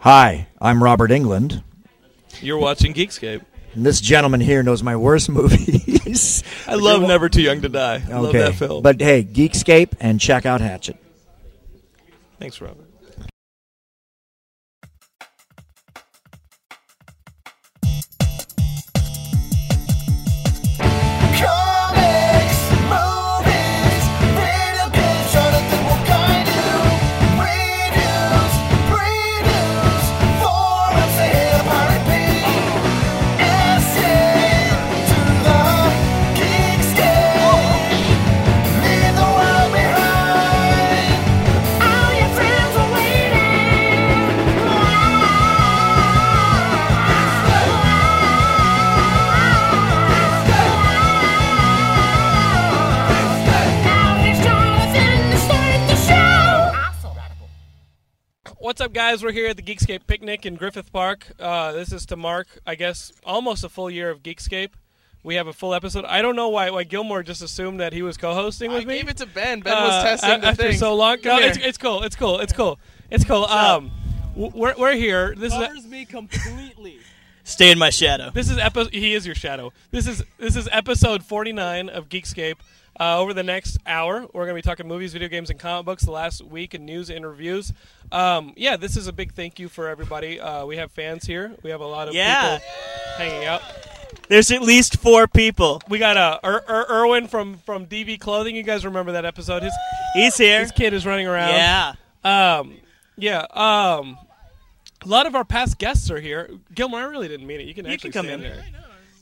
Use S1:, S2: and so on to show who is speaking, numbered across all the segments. S1: Hi, I'm Robert England,
S2: You're watching Geekscape.
S1: and this gentleman here knows my worst movies.
S2: I love Never Too Young to Die. I love
S1: Okay,
S2: that film.
S1: but hey, Geekscape and check out Hatchet.
S2: Thanks, Robert.
S3: Comics, movies, video games, try to think what kind do. Reviews, previews, forums, they hit up our repeat. Essay to the geeks Leave the world behind. All your friends are waiting. Now here's Jonathan to start the show.
S2: What's up, guys? We're here at the Geekscape picnic in Griffith Park. Uh, this is to mark, I guess, almost a full year of Geekscape. We have a full episode. I don't know why why Gilmore just assumed that he was co-hosting with
S4: I
S2: me.
S4: gave it to Ben. Ben was
S2: Uh,
S4: testing
S2: a-
S4: the
S2: after
S4: things.
S2: so long.
S4: Come
S2: no, it's,
S4: here.
S2: it's cool. It's cool. It's cool. It's cool. Um, w- we're, we're here. This is a-
S5: covers me completely.
S6: Stay in my shadow.
S2: This is episode. He is your shadow. This is this is episode forty nine of Geekscape. Uh, over the next hour, we're going to be talking movies, video games, and comic books. The last week in news and reviews. Um, yeah, this is a big thank you for everybody. Uh, we have fans here. We have a lot of
S6: Yeah.
S2: people hanging out.
S6: There's at least four people.
S2: We got uh, er- er- Erwin from from DV Clothing. You guys remember that episode? His
S6: He's here.
S2: his kid is running around.
S6: Yeah.
S2: Um, yeah. Um, a lot of our past guests are here. Gilmore, I really didn't mean it. You can
S6: You
S2: actually
S6: can come
S2: stand
S6: in.
S2: there.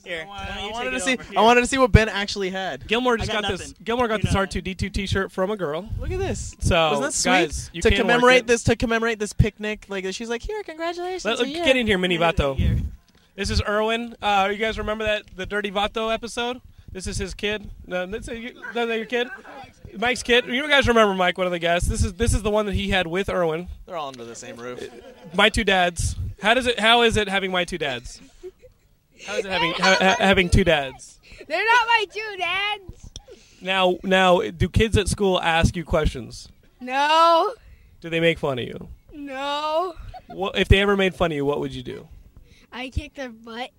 S6: Here. why don't
S4: I
S6: you
S4: wanted to
S6: take
S4: see.
S6: it over
S4: I
S6: here?
S4: wanted to see what Ben actually had.
S2: Gilmore just
S6: I
S2: got,
S6: got
S2: this.
S6: nothing.
S2: Gilmore got
S6: You're
S2: this R
S6: not
S2: two D two T shirt from a girl.
S4: Look at this.
S2: So
S4: Wasn't that sweet?
S2: guys, you
S4: to
S2: can work
S4: commemorate
S2: it.
S4: this, to commemorate this picnic, like she's like, here, congratulations.
S2: Let-
S4: to
S2: let-
S4: you."
S2: get in here, Mini Vato.
S6: Here.
S2: This is Erwin. Uh, you guys remember that the Dirty Vato episode? This is his kid. No, that's a, you- no, that your kid. Mike's kid. You guys remember Mike, one of the guests. This is this is the one that he had with Erwin.
S4: They're all under the same roof.
S2: My two dads. How does it? How is it having my two dads? How is it having ha- ha- having two dads?
S7: They're not my two dads.
S2: Now, now, do kids at school ask you questions?
S7: No,
S2: Do they make fun of you?
S7: no.
S2: What, if they ever made fun of you, what would you do?
S7: I kicked their butt.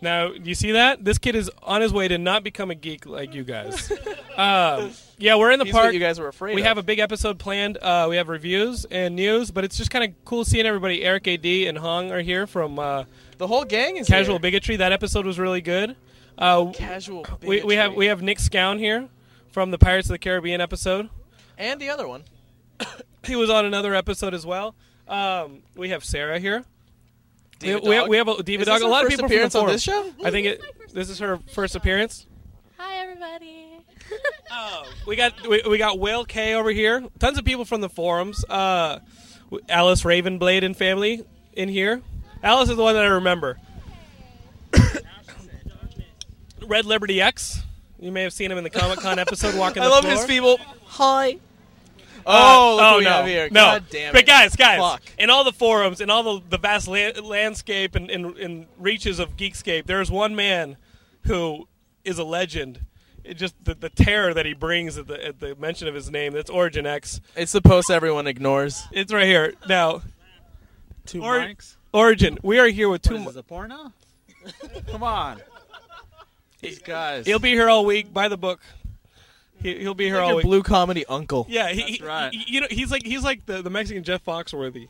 S2: Now, do you see that? This kid is on his way to not become a geek like you guys. um, yeah, we're in the
S4: These are
S2: park.
S4: what you guys were afraid.
S2: we have a big episode planned. Uh, we have reviews and news, but it's just kind of cool seeing everybody. Eric AD and Hong are here from uh,
S4: a the whole gang is
S2: Casual
S4: here.
S2: Bigotry. That episode was really good. Uh,
S4: Casual.
S2: we, we have we have Nick Scown here from the Pirates of the Caribbean episode.
S4: and the other one.
S2: He was on another episode as well. Um, we have Sarah here.
S4: Diva
S2: we, we, have,
S4: Dog.
S2: we have a Diva
S4: Is
S2: Dog.
S4: this
S2: A
S4: her
S2: lot of
S4: first
S2: people
S4: appearance
S2: from the
S4: on this show.
S2: I think it, this is her first appearance.
S7: Hi, everybody.
S2: We got we, we got Will K over here. Tons of people from the forums. Uh, Alice Ravenblade and family in here. Alice is the one that I remember. Red Liberty X. You may have seen him in the Comic Con episode walking
S4: I
S2: the
S4: love
S2: floor.
S4: his people. Hi. Oh, look
S2: oh
S4: what we
S2: no,
S4: have here.
S2: no!
S4: God damn it.
S2: But guys, guys,
S4: Fuck.
S2: in all the forums, in all the, the vast la- landscape and, and, and reaches of Geekscape, there is one man who is a legend. It just the, the terror that he brings at the, at the mention of his name. That's Origin X.
S4: It's the post everyone ignores.
S2: It's right here now.
S5: Two
S2: Or-
S5: mics.
S2: Origin, we are here with two.
S5: What is
S2: mi-
S5: this, a porno? Come on.
S4: These guys.
S2: he'll be here all week. By the book, he, he'll be here all
S4: your
S2: week.
S4: blue comedy uncle.
S2: yeah, he,
S5: That's
S2: he-
S5: right.
S2: he- you know, he's like he's like the, the Mexican Jeff Foxworthy.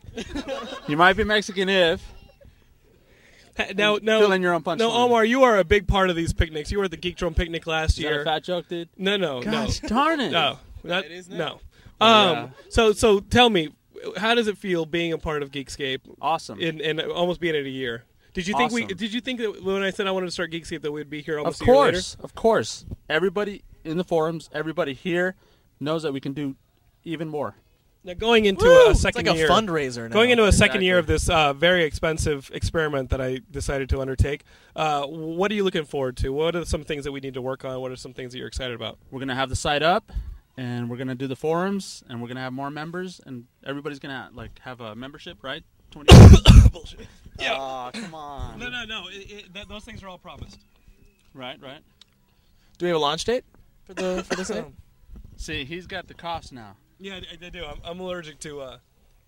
S5: You might be Mexican if.
S2: Ha- Now, now,
S5: Fill in your own punchline.
S2: no, Omar, you are a big part of these picnics. You were at the Geek Drum picnic last
S5: Is that
S2: year.
S5: a fat joke, dude?
S2: no, no,
S5: Gosh
S2: no,
S5: darn it.
S2: no, not,
S4: It is now.
S2: no.
S5: Oh,
S2: Um,
S5: yeah.
S2: so so tell me, how does it feel being a part of Geekscape
S5: Awesome.
S2: and and almost being at a year? Did you think we?
S5: Awesome.
S2: Did you think that when I said I wanted to start Geekscape that we'd be here
S5: of
S2: almost a year later?
S5: course. Of course. Everybody in the forums, everybody here knows that we can do even more.
S2: Now going into
S4: Woo!
S2: a
S4: It's
S2: second
S4: like a
S2: year,
S4: fundraiser.
S2: Going
S4: now.
S2: into a second
S5: Exactly.
S2: year of this uh, very expensive experiment that I decided to undertake, uh, what are you looking forward to? What are some things that we need to work on? What are some things that you're excited about?
S5: We're going to have the site up and we're going to do the forums and we're going to have more members and everybody's going to like have a membership, right? 20
S4: Aw, come on.
S2: No, no, no. those things are all promised.
S5: right, right.
S4: Do we have a launch date for the for this thing?
S5: See, he's got the coughs now.
S2: Yeah, I, I do. I'm, I'm allergic to uh,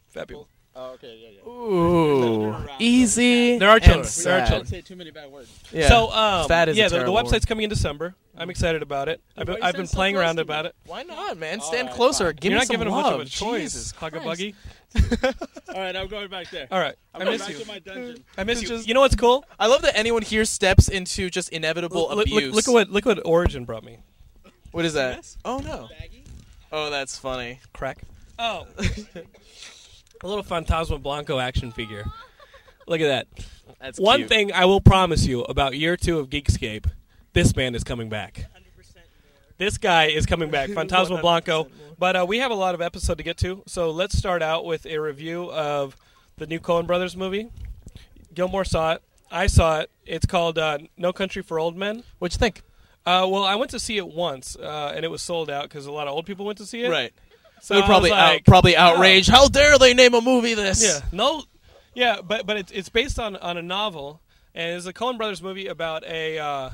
S4: Fabulous.
S5: Oh, okay, yeah, yeah.
S4: Ooh, easy.
S2: There are children.
S4: And
S2: There are
S4: sad.
S2: children.
S5: Say too many bad words.
S4: Yeah.
S2: So, um,
S4: Fat is a
S2: yeah, the, the
S4: terrible
S2: website's
S4: word.
S2: coming in December. I'm excited about it. I've, been-
S5: Why you
S2: I've
S5: stand
S2: been
S5: so
S2: playing
S5: close
S2: around
S5: to
S2: about it.
S4: Why not, man?
S5: All
S4: Stand
S5: right,
S4: closer.
S5: fine.
S4: Give
S2: You're
S4: me
S2: not
S4: some
S2: giving
S4: love.
S2: much of a choice,
S4: Jesus
S2: Hugga
S4: Christ.
S2: Buggy.
S5: All right, I'm going back there.
S2: All right, I
S5: I'm going
S2: miss
S5: back
S2: you.
S5: to my dungeon.
S2: I miss you.
S4: Just-
S2: You know what's cool?
S4: I love that anyone here steps into just inevitable
S2: Look, look-
S4: abuse.
S2: look at what look what Origin brought me.
S4: What is that? Oh no. Oh, that's funny.
S2: Crack. Oh, a little Fantasma Blanco action figure. Look at that.
S4: That's
S2: One
S4: cute.
S2: thing I will promise you about year two of Geekscape, this man is coming back. This guy is coming back, Fantasma Blanco. But uh, we have a lot of episode to get to, so let's start out with a review of the new Coen Brothers movie. Gilmore saw it. I saw it. It's called uh, No Country for Old Men.
S4: What'd you think?
S2: Uh, well, I went to see it once, uh, and it was sold out because a lot of old people went to see it.
S4: Right.
S2: So
S4: They're
S2: I
S4: probably
S2: was
S4: out,
S2: like,
S4: probably
S2: "Oh."
S4: outraged. How dare they name a movie this?
S2: Yeah. No. Yeah, but but it's it's based on on a novel, and it's a Coen Brothers movie about a. Uh,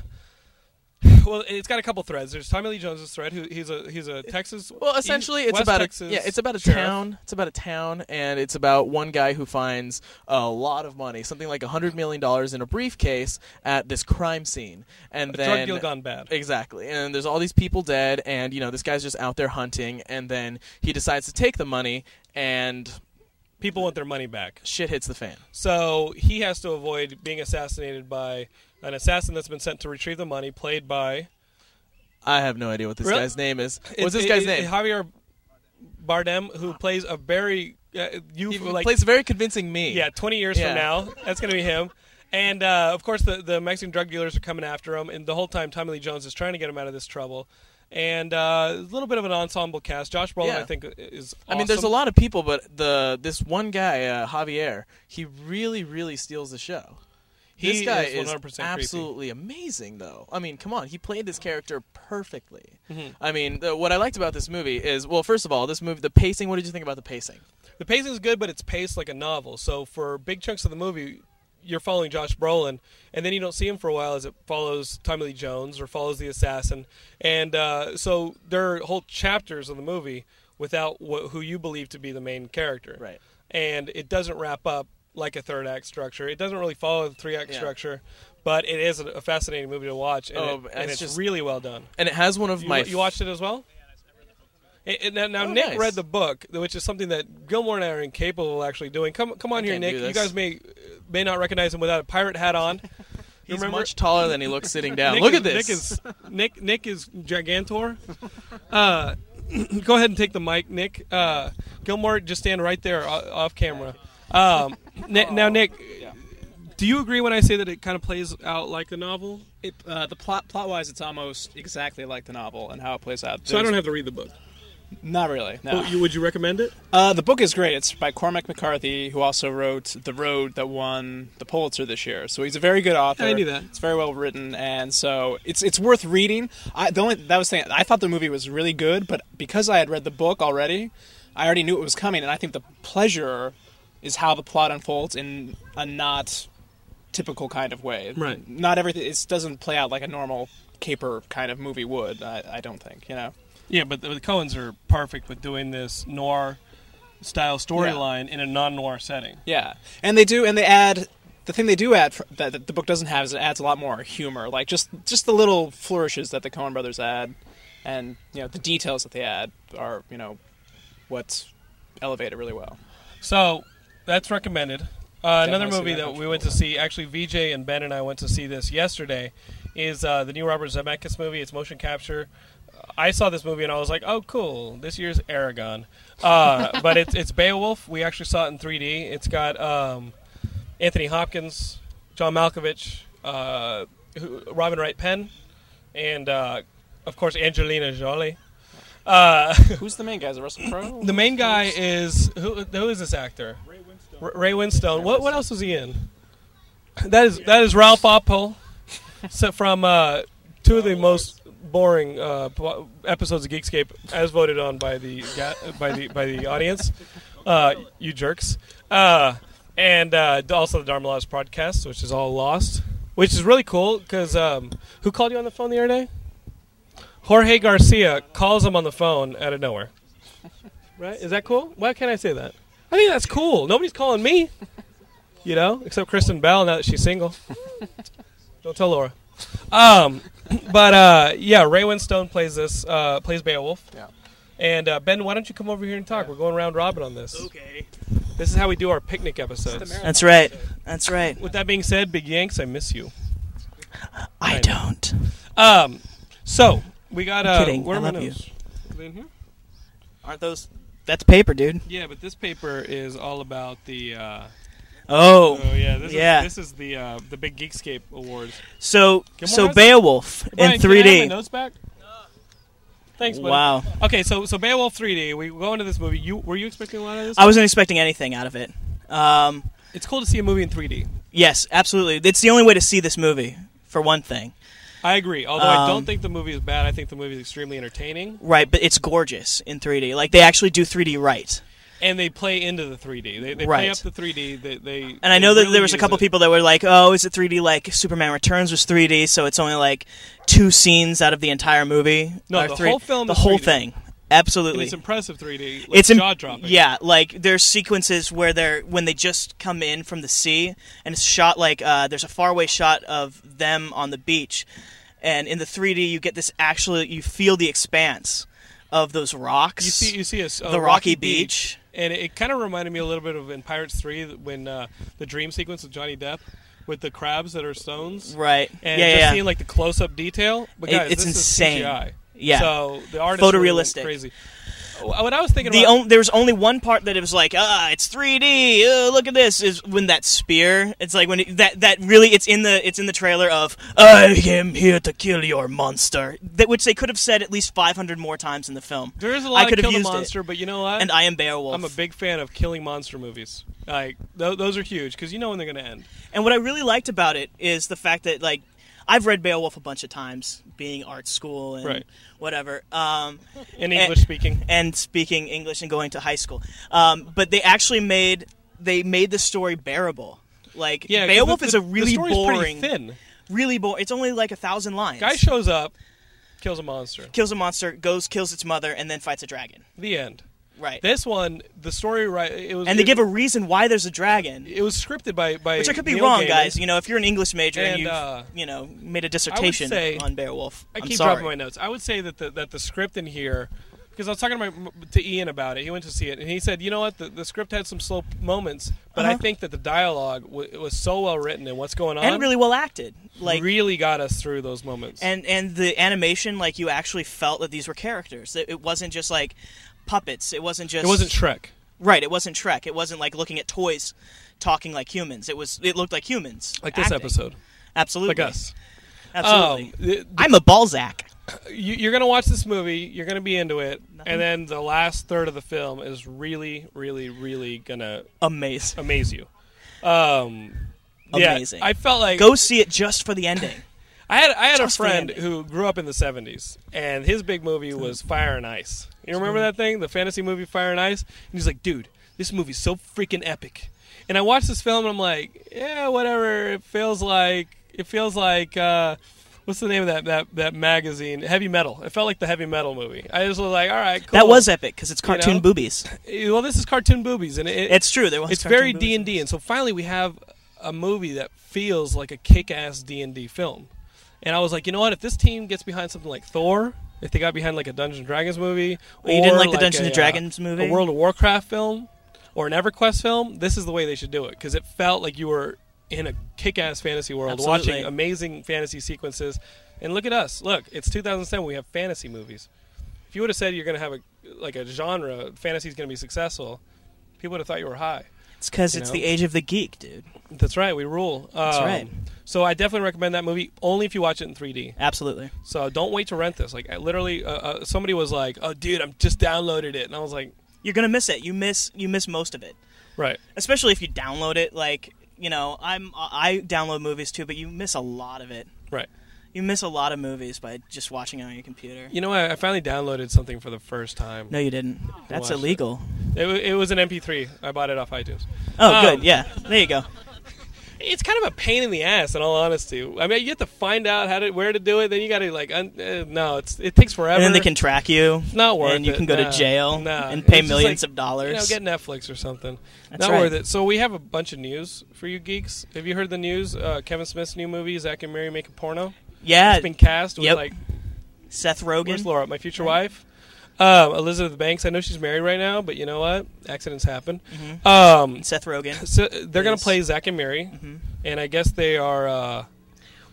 S2: well, it's got a couple threads. There's Tommy Lee Jones's thread. Who he's a he's a Texas.
S4: Well, essentially, it's
S2: West
S4: about
S2: Texas
S4: a yeah, it's about a
S2: sheriff.
S4: town. It's about a town, and it's about one guy who finds a lot of money, something like a hundred million dollars in a briefcase at this crime scene, and
S2: A
S4: then
S2: drug deal gone bad.
S4: Exactly. And there's all these people dead, and you know this guy's just out there hunting, and then he decides to take the money, and
S2: People want their money back.
S4: shit hits the fan.
S2: So he has to avoid being assassinated by an assassin that's been sent to retrieve the money, played by
S4: I have no idea what this
S2: Really?
S4: guy's name is.
S2: It's-
S4: What's this
S2: it-
S4: guy's
S2: it-
S4: name?
S2: Javier Bardem, who plays a very uh, you
S4: He
S2: like
S4: plays a very convincing me.
S2: Yeah, 20 years
S4: Yeah.
S2: from now, that's going to be him. And uh, of course, the, the Mexican drug dealers are coming after him, and the whole time Tommy Lee Jones is trying to get him out of this trouble. And uh, a little bit of an ensemble cast. Josh Brolin,
S4: Yeah.
S2: I think, is.
S4: I mean, there's a
S2: awesome.
S4: lot of people, but the this one guy, uh, Javier, he really, really steals the show.
S2: He
S4: this guy
S2: is
S4: is,
S2: 100% creepy.
S4: absolutely amazing, though. I mean, come on, he played this character perfectly.
S2: Mm-hmm.
S4: I mean, the, what I liked about this movie is, well, first of all, this movie, the pacing. What did you think about the pacing?
S2: The pacing is good, but it's paced like a novel. So for big chunks of the movie, you're following Josh Brolin, and then you don't see him for a while as it follows Tommy Lee Jones or follows the assassin. And uh, so there are whole chapters of the movie without wh- who you believe to be the main character.
S4: Right.
S2: And it doesn't wrap up like a third act structure. It doesn't really follow the three act
S4: Yeah.
S2: structure, but it is a- a fascinating movie to watch, and,
S4: Oh,
S2: it-
S4: but
S2: and
S4: it's
S2: it's
S4: just-
S2: really well done.
S4: And it has one of
S2: You,
S4: my.
S2: you watched it as well? And- and now now
S4: Oh,
S2: Nick
S4: nice.
S2: read the book, which is something that Gilmore and I are incapable of actually doing. Come, come on
S4: I
S2: here,
S4: can't
S2: Nick.
S4: do
S2: You
S4: this.
S2: guys may may not recognize him without a pirate hat on.
S4: He's
S2: remember-
S4: much taller than he looks sitting down.
S2: Nick
S4: Look
S2: is,
S4: at this.
S2: Nick is Nick. Nick is Gigantor. Uh, go ahead and take the mic, Nick. Uh, Gilmore, just stand right there o- off camera. Um, Ni- now, Nick, do you agree when I say that it kind of plays out like the novel?
S8: It, uh, the plot plot wise, it's almost exactly like the novel and how it plays out.
S2: So I don't have to read the book.
S8: not really. No,
S2: Would you- Would you recommend it?
S8: uh, the book is great. It's by Cormac McCarthy, who also wrote The Road that won the Pulitzer this year. So he's a very good author.
S2: I knew that.
S8: It's very well written, and so it's it's worth reading. I the only that was saying I thought the movie was really good, but because I had read the book already, I already knew it was coming, and I think the pleasure is how the plot unfolds in a not typical kind of way.
S2: Right.
S8: Not everything. It doesn't play out like a normal caper kind of movie would. I, I don't think. You know.
S2: Yeah, but the, the Coens are perfect with doing this noir style storyline in a non noir setting.
S8: Yeah, and they do, and they add the thing they do add fr- that, that the book doesn't have is it adds a lot more humor, like just just the little flourishes that the Coen Brothers add, and you know the details that they add are you know what's elevated really well.
S2: So that's recommended. Uh, another
S8: Definitely see
S2: movie
S8: that
S2: that
S8: much
S2: we went to see, actually, VJ and Ben and I went to see this yesterday, is uh, the new Robert Zemeckis movie. It's motion capture. I saw this movie and I was like, "Oh, cool! This year's Aragon," uh, but it's it's Beowulf. We actually saw it in 3D. It's got um, Anthony Hopkins, John Malkovich, uh, who, Robin Wright Penn, and uh, of course Angelina Jolie. Uh,
S8: Who's the main guy? Is it Russell Crowe?
S2: the main guy is who? Who is this actor? Ray Winstone. Ray Winstone. What? What else was he in? That is that is Ralph Oppel, so from uh, two of the most boring uh, po- episodes of Geekscape, as voted on by the ga- by the by the audience. Uh, you jerks. Uh, and uh, also the Dharma Lost podcast, which is all lost, which is really cool because um, who called you on the phone the other day? Jorge Garcia calls him on the phone out of nowhere. Right? Is that cool? Why can't I say that? I think that's cool. Nobody's calling me, you know, except Kristen Bell now that she's single. Don't tell Laura. Um, but uh, yeah, Ray Winstone plays this uh, plays Beowulf.
S4: Yeah.
S2: And uh, Ben, why don't you come over here and talk? We're going round robin on this.
S6: Okay.
S2: This is how we do our picnic episodes.
S6: That's right. That's right.
S2: With that being said, Big Yanks, I miss you.
S6: I don't.
S2: Um, so we got. Uh,
S6: kidding.
S2: Where
S6: I
S2: am
S6: love
S2: I
S6: you.
S2: notes? Is it in here?
S6: Aren't those? That's paper, dude.
S2: Yeah, but this paper is all about the. Uh,
S6: Oh.
S2: oh yeah, this
S6: Yeah.
S2: is this is the uh, the big Geekscape Awards.
S6: So
S2: Gilmore
S6: so
S2: Girls?
S6: Beowulf in
S2: Brian, can I have my
S6: 3D.
S2: notes back. Thanks. Buddy.
S6: Wow.
S2: Okay, so so Beowulf 3D. We go into this movie. You were you expecting a lot of this?
S6: I wasn't expecting anything out of it. Um,
S2: it's cool to see a movie in 3D.
S6: yes, absolutely. It's the only way to see this movie, for one thing.
S2: I agree. Although I don't
S6: Um,
S2: think the movie is bad. I think the movie is extremely entertaining,
S6: Right, but it's gorgeous in 3D. Like they actually do 3D right.
S2: and they play into the 3D. They, they play
S6: Right.
S2: up the 3D. They, they
S6: And I know that there was a couple people that were like, "Oh, is it 3D like Superman Returns was 3D, so it's only like two scenes out of the entire movie?"
S2: No,
S6: Or
S2: the
S6: three-
S2: whole film
S6: the
S2: is
S6: whole
S2: 3D.
S6: thing. Absolutely.
S2: It's impressive 3D. Like
S6: it's im-
S2: jaw dropping.
S6: Yeah, like there's sequences where they're when they just come in from the sea, and it's shot like uh, there's a faraway shot of them on the beach, and in the 3D you get this actually you feel the expanse of those rocks.
S2: You see, you see a, s- a
S6: the
S2: Uh, rocky,
S6: rocky
S2: beach,
S6: beach.
S2: and it, kind of reminded me a little bit of in Pirates Three th- when uh, the dream sequence with Johnny Depp with the crabs that are stones,
S6: right?
S2: And
S6: yeah,
S2: just
S6: yeah.
S2: seeing like the close-up detail, but
S6: It-
S2: guys,
S6: it's
S2: this
S6: insane.
S2: Is CGI.
S6: Yeah.
S2: so the artists really went
S6: Photorealistic.
S2: crazy. What I was thinking
S6: the
S2: about
S6: on, there was only one part that it was like ah it's 3d uh, look at this is when that spear it's like when it, that that really it's in the it's in the trailer of i am here to kill your monster that which they could have said at least 500 more times in the film
S2: there is a
S6: I
S2: lot of
S6: could have
S2: kill the
S6: used it.
S2: monster, but you know what?
S6: and i am beowulf
S2: I'm a big fan of killing monster movies. Like th- those are huge because you know when they're going to end.
S6: and what i really liked about it is the fact that like i've read beowulf a bunch of times being art school and
S2: Right.
S6: whatever um
S2: In
S6: Eh.
S2: English speaking,
S6: and speaking English and going to high school. Um, but they actually made they made the story bearable. Like
S2: yeah, 'cause the-
S6: Beowulf
S2: the,
S6: is a
S2: the
S6: really
S2: story's pretty
S6: boring,
S2: thin.
S6: really boring. It's only like a thousand lines.
S2: Guy shows up, kills a monster.
S6: kills a monster, goes kills its mother, and then fights a dragon.
S2: The end.
S6: Right.
S2: This one, the story, right? It was,
S6: and they
S2: it-
S6: give a reason why there's a dragon,
S2: It was scripted by by.
S6: which I could be
S2: Neil
S6: wrong,
S2: Gaiman.
S6: guys. You know, if you're an English major and,
S2: And,
S6: you've
S2: uh,
S6: you know made a dissertation
S2: say-
S6: on Beowulf,
S2: I
S6: I'm
S2: keep
S6: sorry.
S2: dropping my notes. I would say that the that the script in here, because I was talking to, my, to Ian about it. He went to see it, and he said, "You know what? The, the script had some slow moments, but I
S6: Uh-huh.
S2: think that the dialogue w- it was so well written and what's going on
S6: and really well acted. Like
S2: really got us through those moments."
S6: and and the animation like you actually felt that these were characters that it wasn't just like puppets it wasn't just
S2: it wasn't Shrek.
S6: right it wasn't trek it wasn't like looking at toys talking like humans it was it looked like humans
S2: Like this
S6: acting.
S2: episode,
S6: absolutely
S2: like us.
S6: absolutely
S2: Um, th-
S6: i'm a balzac
S2: you, you're gonna watch this movie. You're gonna be into it, and then the last third of the film is really, really, really gonna
S6: amazing
S2: amaze you. Um, yeah,
S6: Amazing.
S2: I felt like
S6: go see it just for the ending
S2: I had I had a
S6: Just the
S2: friend
S6: ending.
S2: who grew up in the '70s, and his big movie was Fire and Ice. You remember that thing, the fantasy movie Fire and Ice? And he's like, "Dude, this movie's so freaking epic." And I watched this film, and I'm like, "Yeah, whatever." It feels like it feels like uh, what's the name of that that that magazine? Heavy Metal. It felt like the Heavy Metal movie. I just was like, "All right, cool."
S6: that was epic because it's cartoon
S2: know?
S6: boobies
S2: eh, well. This is cartoon boobies, and it,
S6: it's true there was
S2: it's
S6: cartoon
S2: very
S6: boobies.
S2: D and D, and so finally we have a movie that feels like a kick-ass D and D film. And I was like, you know what? If this team gets behind something like Thor, if they got behind like a Dungeons and Dragons movie,
S6: Well, you didn't
S2: or
S6: like the Dungeons and
S2: uh,
S6: Dragons movie?
S2: a World of Warcraft film, or an EverQuest film, this is the way they should do it because it felt like you were in a kick-ass fantasy world,
S6: Absolutely.
S2: watching amazing fantasy sequences. And look at us! Look, it's 2007. We have fantasy movies. If you would have said you're going to have a like a genre, fantasy's going to be successful, people would have thought you were high.
S6: it's because
S2: you
S6: it's
S2: know?
S6: the age of the geek dude
S2: That's right. We rule. That's
S6: right.
S2: So I definitely recommend that movie only if you watch it in 3D.
S6: absolutely
S2: So don't wait to rent this. Like I literally, uh, uh, somebody was like, "Oh, dude, I'm just downloaded it," and I was like,
S6: you're gonna miss it you miss you miss most of it
S2: "Right."
S6: especially if you download it like you know i'm i download movies too but you miss a lot of it
S2: Right.
S6: you miss a lot of movies by just watching it on your computer
S2: You know, I, I finally downloaded something for the first time.
S6: no you didn't that's
S2: Watched it.
S6: illegal
S2: It, wa- it was an MP3. I bought it off iTunes.
S6: oh
S2: Um,
S6: good yeah there you go
S2: it's kind of a pain in the ass, in all honesty. I mean, you have to find out how to where to do it. Then you got to like, un- uh, no, it's it takes forever.
S6: and then they can track you.
S2: It's not worth
S6: And you
S2: it.
S6: can go to
S2: No,
S6: jail
S2: no.
S6: and pay
S2: It's just
S6: millions
S2: like,
S6: of dollars.
S2: You know, get Netflix or something.
S6: That's
S2: not
S6: right.
S2: worth it. So we have a bunch of news for you geeks. Have you heard the news? Uh, Kevin Smith's new movie, Zack and Mary Make a Porno.
S6: yeah,
S2: It's been cast with
S6: Yep.
S2: like
S6: Seth Rogen.
S2: Where's Laura, my future wife? Um, Elizabeth Banks. I know she's married right now, but you know what? Accidents happen. Um,
S6: Mm-hmm. Seth Rogen,
S2: so they're gonna
S6: Yes.
S2: play Zach and Mary, and I guess they are. Uh,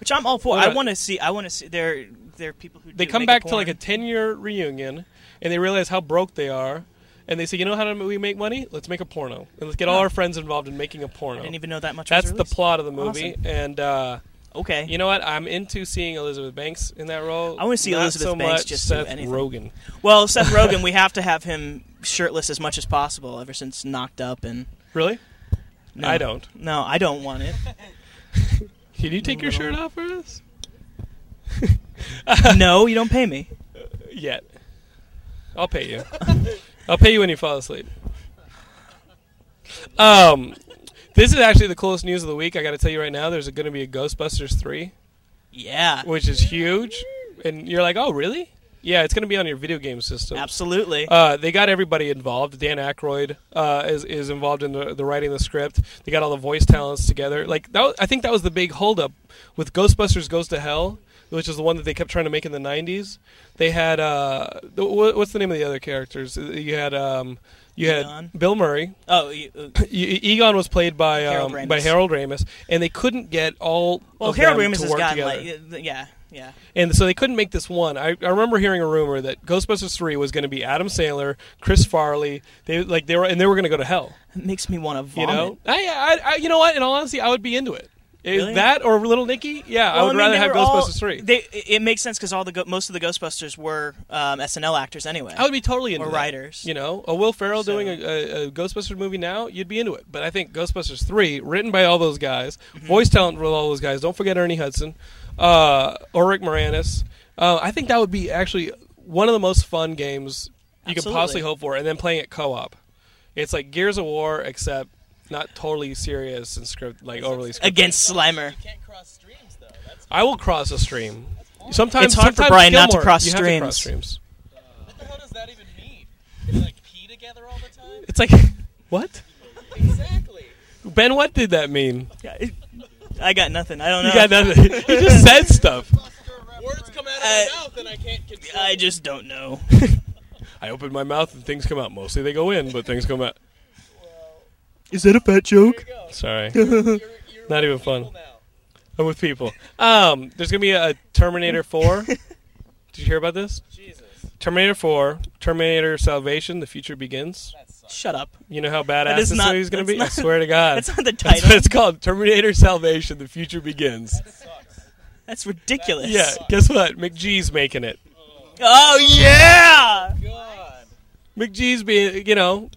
S6: which I'm all for.
S2: What
S6: I
S2: about-
S6: want to see. I want to see. They're they're people who
S2: they
S6: do
S2: come
S6: make
S2: back
S6: a
S2: to like a
S6: porn.
S2: ten-year reunion, and they realize how broke they are, and they say, "You know how do we make money? Let's make a porno, and let's get all our friends involved in making a porno."
S6: I didn't even know that much.
S2: That's
S6: was
S2: the
S6: released.
S2: plot of the movie, and uh,
S6: Okay,
S2: you know what? I'm into seeing Elizabeth Banks in that role.
S6: I wanna see
S2: Not
S6: Elizabeth
S2: so
S6: Banks
S2: much
S6: just do
S2: Seth
S6: anything.
S2: Rogen.
S6: well, Seth Rogen, we have to have him shirtless as much as possible ever since Knocked Up and.
S2: Really?
S6: No.
S2: I don't.
S6: No, I don't want it.
S2: Did you take your shirt off for this?
S6: no, you don't pay me.
S2: Uh, Yet. I'll pay you. I'll pay you when you fall asleep. Um, this is actually the coolest news of the week. I got to tell you right now, there's going to be a Ghostbusters 3,
S6: Yeah,
S2: which is huge. And you're like, oh, really? Yeah, it's going to be on your video game system.
S6: absolutely.
S2: Uh, they got everybody involved. Dan Aykroyd uh, is is involved in the, the writing of the script. They got all the voice talents together. Like that, was, I think that was the big holdup with Ghostbusters Goes to Hell, which is the one that they kept trying to make in the '90s. They had uh, the- wha- what's the name of the other characters? You had um, you had
S6: Egon.
S2: Bill Murray.
S6: oh, you, uh,
S2: E- Egon was played by
S6: Harold
S2: um,
S6: Ramis.
S2: by Harold Ramis, and they couldn't get all
S6: well,
S2: of
S6: Harold
S2: them
S6: Ramis
S2: to
S6: has
S2: work
S6: gotten
S2: together.
S6: like uh, yeah, yeah.
S2: And so they couldn't make this one. I, I remember hearing a rumor that Ghostbusters three was going to be Adam Sandler, Chris Farley. They like they were and they were going to go to hell.
S6: It makes me want to vomit.
S2: You know, I, I, I you know what? In all honesty, I would be into it. If
S6: Really?
S2: That or Little Nicky? Yeah, I
S6: Well,
S2: would
S6: mean,
S2: rather
S6: they
S2: have
S6: were all-
S2: Ghostbusters three.
S6: They, it- it makes sense because all the go- most of the Ghostbusters were um, SNL actors anyway.
S2: I would be totally into
S6: Or
S2: that.
S6: writers.
S2: You know, a Will Ferrell
S6: So-
S2: doing a, a, a Ghostbusters movie now, you'd be into it. But I think Ghostbusters three, written by all those guys,
S6: Mm-hmm.
S2: voice talent with all those guys. Don't forget Ernie Hudson, uh, Ulrich Moranis. Uh, I think that would be actually one of the most fun games you could
S6: Absolutely.
S2: possibly hope for, and then playing it co-op. It's like Gears of War, except not totally serious and script like overly scripted.
S6: against Slimer.
S4: Can't cross streams though. That's
S2: I will cross a stream. Sometimes
S6: It's hard for
S2: sometimes
S6: Brian not to
S2: Gilmore,
S6: cross
S2: you have to cross
S6: streams.
S2: streams.
S4: what the hell does that even mean? They, like pee together all the time?
S2: It's like what?
S4: Exactly.
S2: Ben, what did that mean?
S6: Yeah, it- I got nothing. I don't know.
S2: You got nothing. You just said stuff.
S4: Words come out of
S6: my Uh,
S4: mouth and I can't control.
S6: I just don't know.
S2: I open my mouth and things come out. Mostly they go in, but things come out.
S6: Is that a fat joke?
S2: Sorry. Not even fun. I'm with people. Um, there's gonna be a Terminator 4. Did you hear about this?
S4: Jesus,
S2: Terminator 4, Terminator Salvation, The Future Begins.
S4: that sucks.
S6: Shut up.
S2: You know how badass
S6: is
S2: this
S6: not-
S2: movie's gonna
S6: that's
S2: be. I
S6: not-
S2: swear to God,
S6: That's not the
S2: That's what
S6: title.
S2: it's called. Terminator Salvation, The Future Begins.
S4: Sucks.
S6: That's ridiculous.
S2: Yeah, guess what? McGee's making it.
S6: Oh yeah.
S4: God.
S2: McGee's being, you know,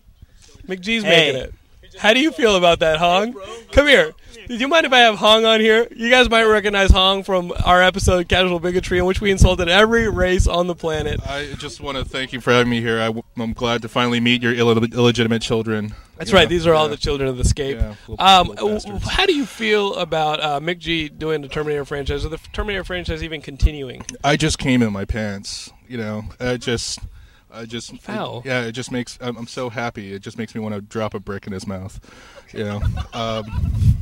S2: McGee's
S6: Hey.
S2: making it. How do you feel about that, Hong? Come here. Did you mind if I have Hong on here? You guys might recognize Hong from our episode Casual Bigotry, in which we insulted every race on the planet.
S9: I just want to thank you for having me here. I, am glad to finally meet your illi- illegitimate children.
S2: That's
S9: Yeah.
S2: right. These are all
S9: Yeah.
S2: the children of the scape.
S9: Yeah, little-
S2: um,
S9: little
S2: w-
S9: bastards.
S2: how do you feel about uh, McGee doing the Terminator franchise? Or the Terminator franchise even continuing?
S9: I just came in my pants. You know, I just, I just,
S2: Foul.
S9: yeah, it just makes. I'm, I'm so happy. It just makes me want to drop a brick in his mouth. You know, um,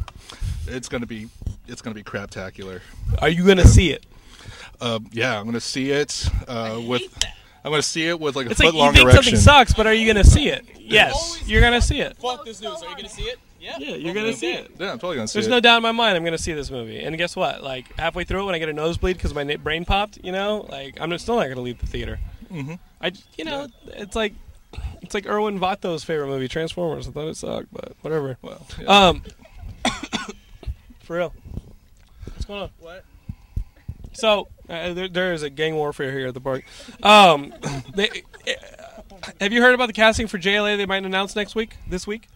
S9: it's gonna be, it's gonna be craptacular.
S2: Are you going to see it?
S9: Um, yeah, I'm gonna see it uh, with. I'm gonna see it with like a
S2: It's
S9: foot
S2: like you
S9: long
S2: think
S9: erection.
S2: something sucks, but are you going to see it? Yes, you're going to see it.
S4: Fuck this news. Are you gonna see it? Yeah.
S2: Yeah, you're going to see it.
S9: Yeah, I'm totally gonna see
S2: There's
S9: it.
S2: no doubt in my mind I'm going to see this movie. And guess what? Like halfway through it, when I get a nosebleed because my na- brain popped, you know, like I'm still not going to leave the theater. Mm-hmm. I, j- you know, it's like it's like Erwin Vato's favorite movie, Transformers. I thought it sucked, but whatever.
S9: well, yeah.
S2: Um, for real, what's going on?
S4: What?
S2: So uh, there, there is a gang warfare here at the park. Um, they, uh, have you heard about the casting for JLA? They might announce next week, this week.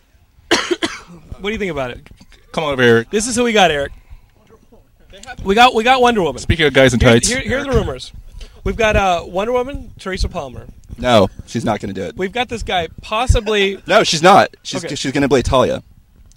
S2: what do you think about it?
S9: come on over here.
S2: This is who we got, Eric. We got we got Wonder Woman.
S9: Speaking of guys in
S2: Here,
S9: tights,
S2: here, here are the rumors. We've got uh, Wonder Woman, Teresa Palmer.
S10: No, she's not going to do it.
S2: We've got this guy possibly.
S10: No, she's not. She's
S2: Okay.
S10: she's going to play Talia.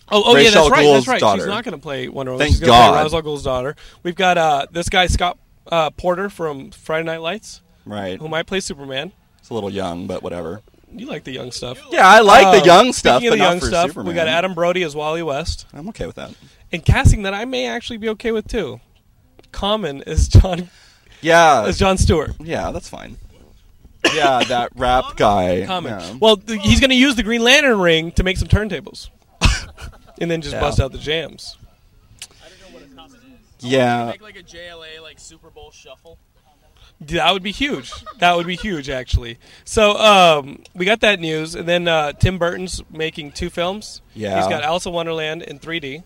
S2: Oh, oh yeah,
S10: Ra's al
S2: that's right. That's
S10: Ghul's
S2: right.
S10: daughter.
S2: She's not going to play Wonder Woman.
S10: Thank
S2: She's going to play
S10: God.
S2: Ra's al Ghul's daughter. We've got uh, this guy Scott uh, Porter from Friday Night Lights,
S10: Right.
S2: who might play Superman.
S10: It's a little young, but whatever.
S2: You like the young stuff.
S10: Yeah, I like the
S2: Um,
S10: young stuff,
S2: Speaking
S10: but
S2: of the
S10: not
S2: young
S10: for
S2: stuff,
S10: Superman.
S2: we got Adam Brody as Wally West,
S10: I'm okay with that.
S2: and casting that I may actually be okay with too. Common is John
S10: Yeah.
S2: as John Stewart.
S10: Yeah, that's fine. Yeah, that rap guy.
S2: Common.
S10: Yeah.
S2: Well, th- he's going to use the Green Lantern ring to make some turntables, and then just
S10: Yeah.
S2: bust out the jams.
S10: yeah.
S4: Make like a JLA like Super Bowl shuffle.
S2: That would be huge. That would be huge, actually. So um, we got that news, and then uh, Tim Burton's making two films.
S10: Yeah.
S2: he's got Alice in Wonderland in 3D,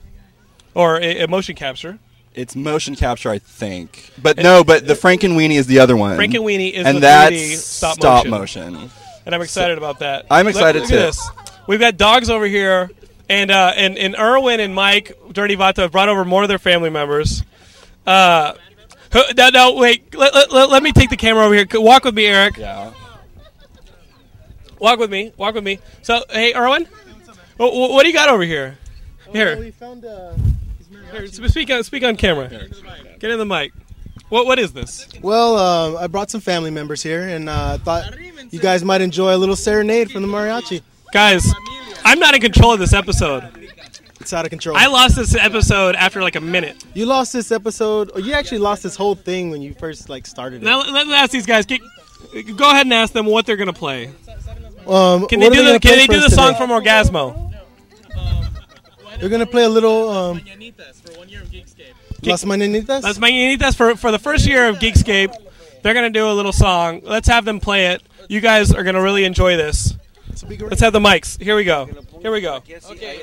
S2: or a, a motion capture.
S10: It's motion capture, I think. But no, but the Frankenweenie is the other one.
S2: Frankenweenie is
S10: and
S2: the
S10: that's
S2: 3D stop
S10: motion.
S2: and I'm excited about that.
S10: I'm excited
S2: look,
S10: too.
S2: Look at this. We've got dogs over here, and uh, and and Erwin and Mike Dirty Vato have brought over more of their family members. Uh, huh, no, no, wait. Let, let, let, let me take the camera over here. C- Walk with me, Eric.
S10: Yeah.
S2: Walk with me. Walk with me. So, hey, Erwin, wh- wh- what do you got over here? Here,
S11: found
S2: here sp- speak on speak on camera. Get in the mic. What what is this?
S11: Well, uh, I brought some family members here, and uh, I thought you guys might enjoy a little serenade from the mariachi.
S2: Guys, I'm not in control of this episode.
S11: It's out of control.
S2: I lost this episode after like a minute.
S11: you lost this episode, or you actually lost this whole thing when you first like started it.
S2: Now Uh, let- let's ask these guys. Get- Go ahead and ask them what they're gonna play.
S11: Um,
S2: Can they do the Can they do the song from Orgasmo?
S11: They're gonna play a little. Um, Las Mananitas.
S2: Las Mañanitas for for the first year of Geekscape. They're gonna do a little song. Let's have them play it. You guys are gonna really enjoy this. Let's have the mics. Here we go. Here we go.
S4: Okay.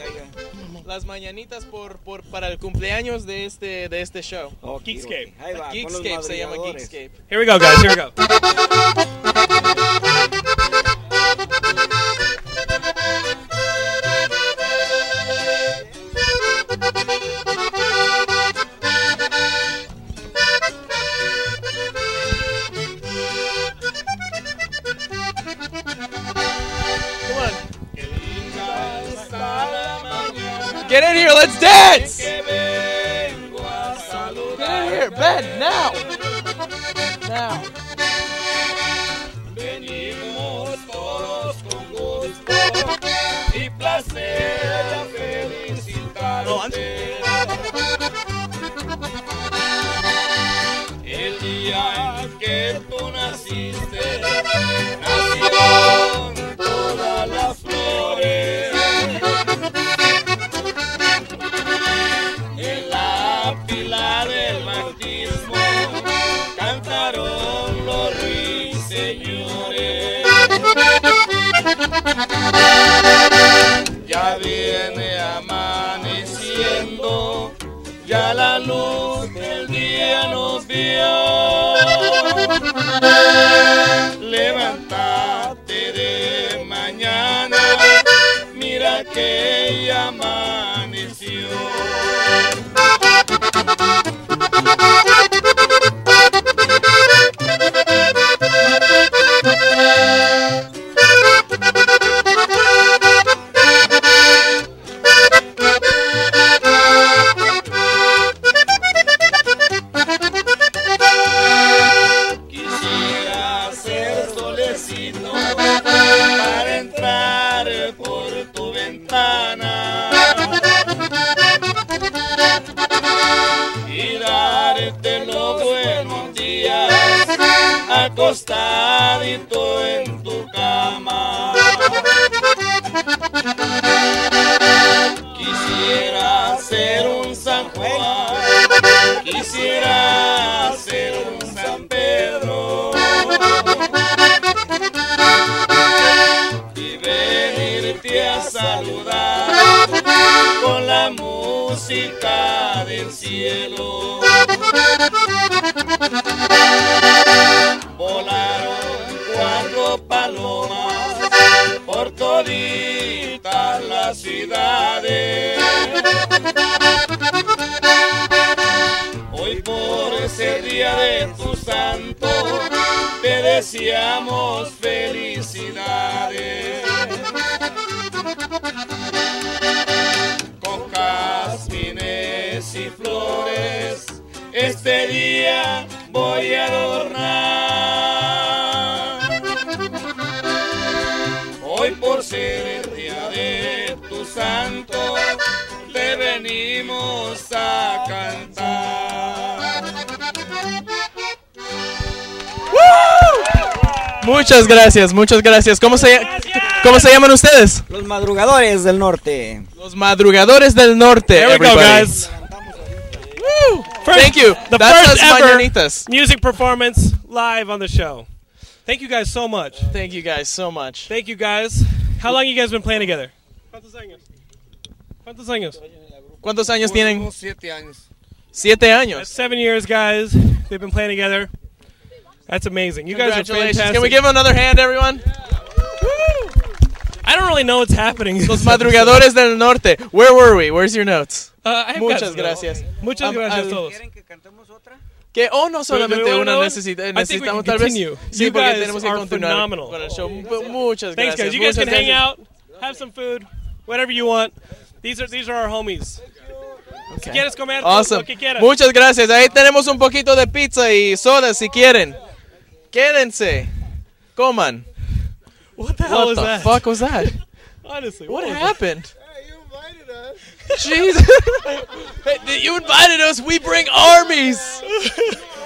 S4: Las mañanitas por, por para el cumpleaños de este de este show.
S2: Geekscape.
S4: Geekscape se llama Geekscape.
S2: Here we go, guys. Here we go.
S4: Get in here, let's dance! Get in here, Ben, now! Now.
S6: Oh, I'm-
S3: Con este día voy a adornar. Hoy por ser el día de tu santo, te venimos a cantar.
S4: Muchas gracias, muchas gracias. ¿Cómo se, ¿cómo se llaman ustedes?
S12: Los madrugadores del norte.
S4: Los madrugadores del norte.
S12: There we go,
S4: everybody.
S12: guys.
S2: Woo! First-
S4: Thank you.
S2: The
S4: That's
S2: first
S4: Las
S2: ever
S4: Mañanitas.
S2: music performance live on the show. Thank you guys so much.
S4: Thank you guys so much.
S2: Thank you guys. How long you guys been playing together? ¿Cuántos años?
S4: ¿Cuántos años tienen?
S2: Siete años.
S4: Siete años.
S2: seven years, guys. They've been playing together. That's amazing. You guys are
S4: Congratulations.
S2: fantastic.
S4: Can we give them another hand, everyone?
S2: I don't really know what's happening.
S4: Los madrugadores del norte. Where were we? Where's your notes?
S2: Uh, I have
S4: Muchas
S2: guys, no.
S4: gracias.
S2: Muchas
S4: Um,
S2: gracias a
S4: um,
S2: todos.
S4: Que o no solamente
S2: Do we
S4: una
S2: know?
S4: necesita,
S2: I think we
S4: necesitamos
S2: can
S4: tal vez.
S2: continue.
S4: Sí,
S2: You
S4: porque
S2: guys
S4: tenemos que
S2: are
S4: continuar
S2: phenomenal.
S4: con el show. Mu- Muchas
S2: Thanks,
S4: gracias.
S2: guys. You guys
S4: muchas
S2: can hang
S4: gracias.
S2: out, have some food, whatever you want. These are these are our homies. Si quieres comer tú,
S4: Awesome.
S2: lo que quieras.
S4: Muchas gracias. Ahí tenemos un poquito de pizza y soda si quieren. Quédense. Coman.
S2: What the hell was that?
S4: fuck was that?
S2: Honestly,
S4: What
S2: was that?
S4: happened? Jesus. Hey, th- you invited us. We bring armies.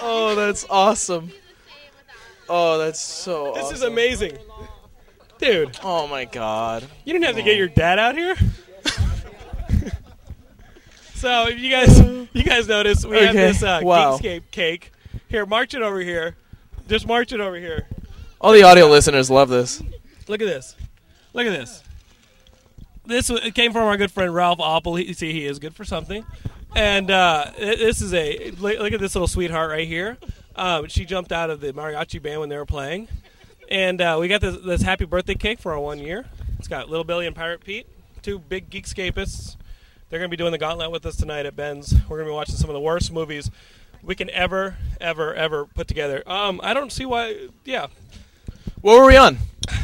S4: oh, that's awesome. Oh, that's so
S2: This is
S4: awesome.
S2: amazing, dude.
S4: Oh my god.
S2: You didn't have to get your dad out here. so if you guys you guys notice we have
S4: Okay,
S2: this uh,
S4: wow.
S2: Geekscape cake. Here, march it over here. Just march it over here.
S4: All the audio listeners love this.
S2: Look at this. Look at this. This w- it came from our good friend Ralph Oppel. He, see, he is good for something. And uh, i- this is a look look at this little sweetheart right here. Um, she jumped out of the mariachi band when they were playing, and uh, we got this, this happy birthday cake for our one year. It's got Little Billy and Pirate Pete, two big geekscapists. They're going to be doing the gauntlet with us tonight at Ben's. We're going to be watching some of the worst movies we can ever, ever, ever put together. Um, I don't see why. Yeah,
S4: What were we on?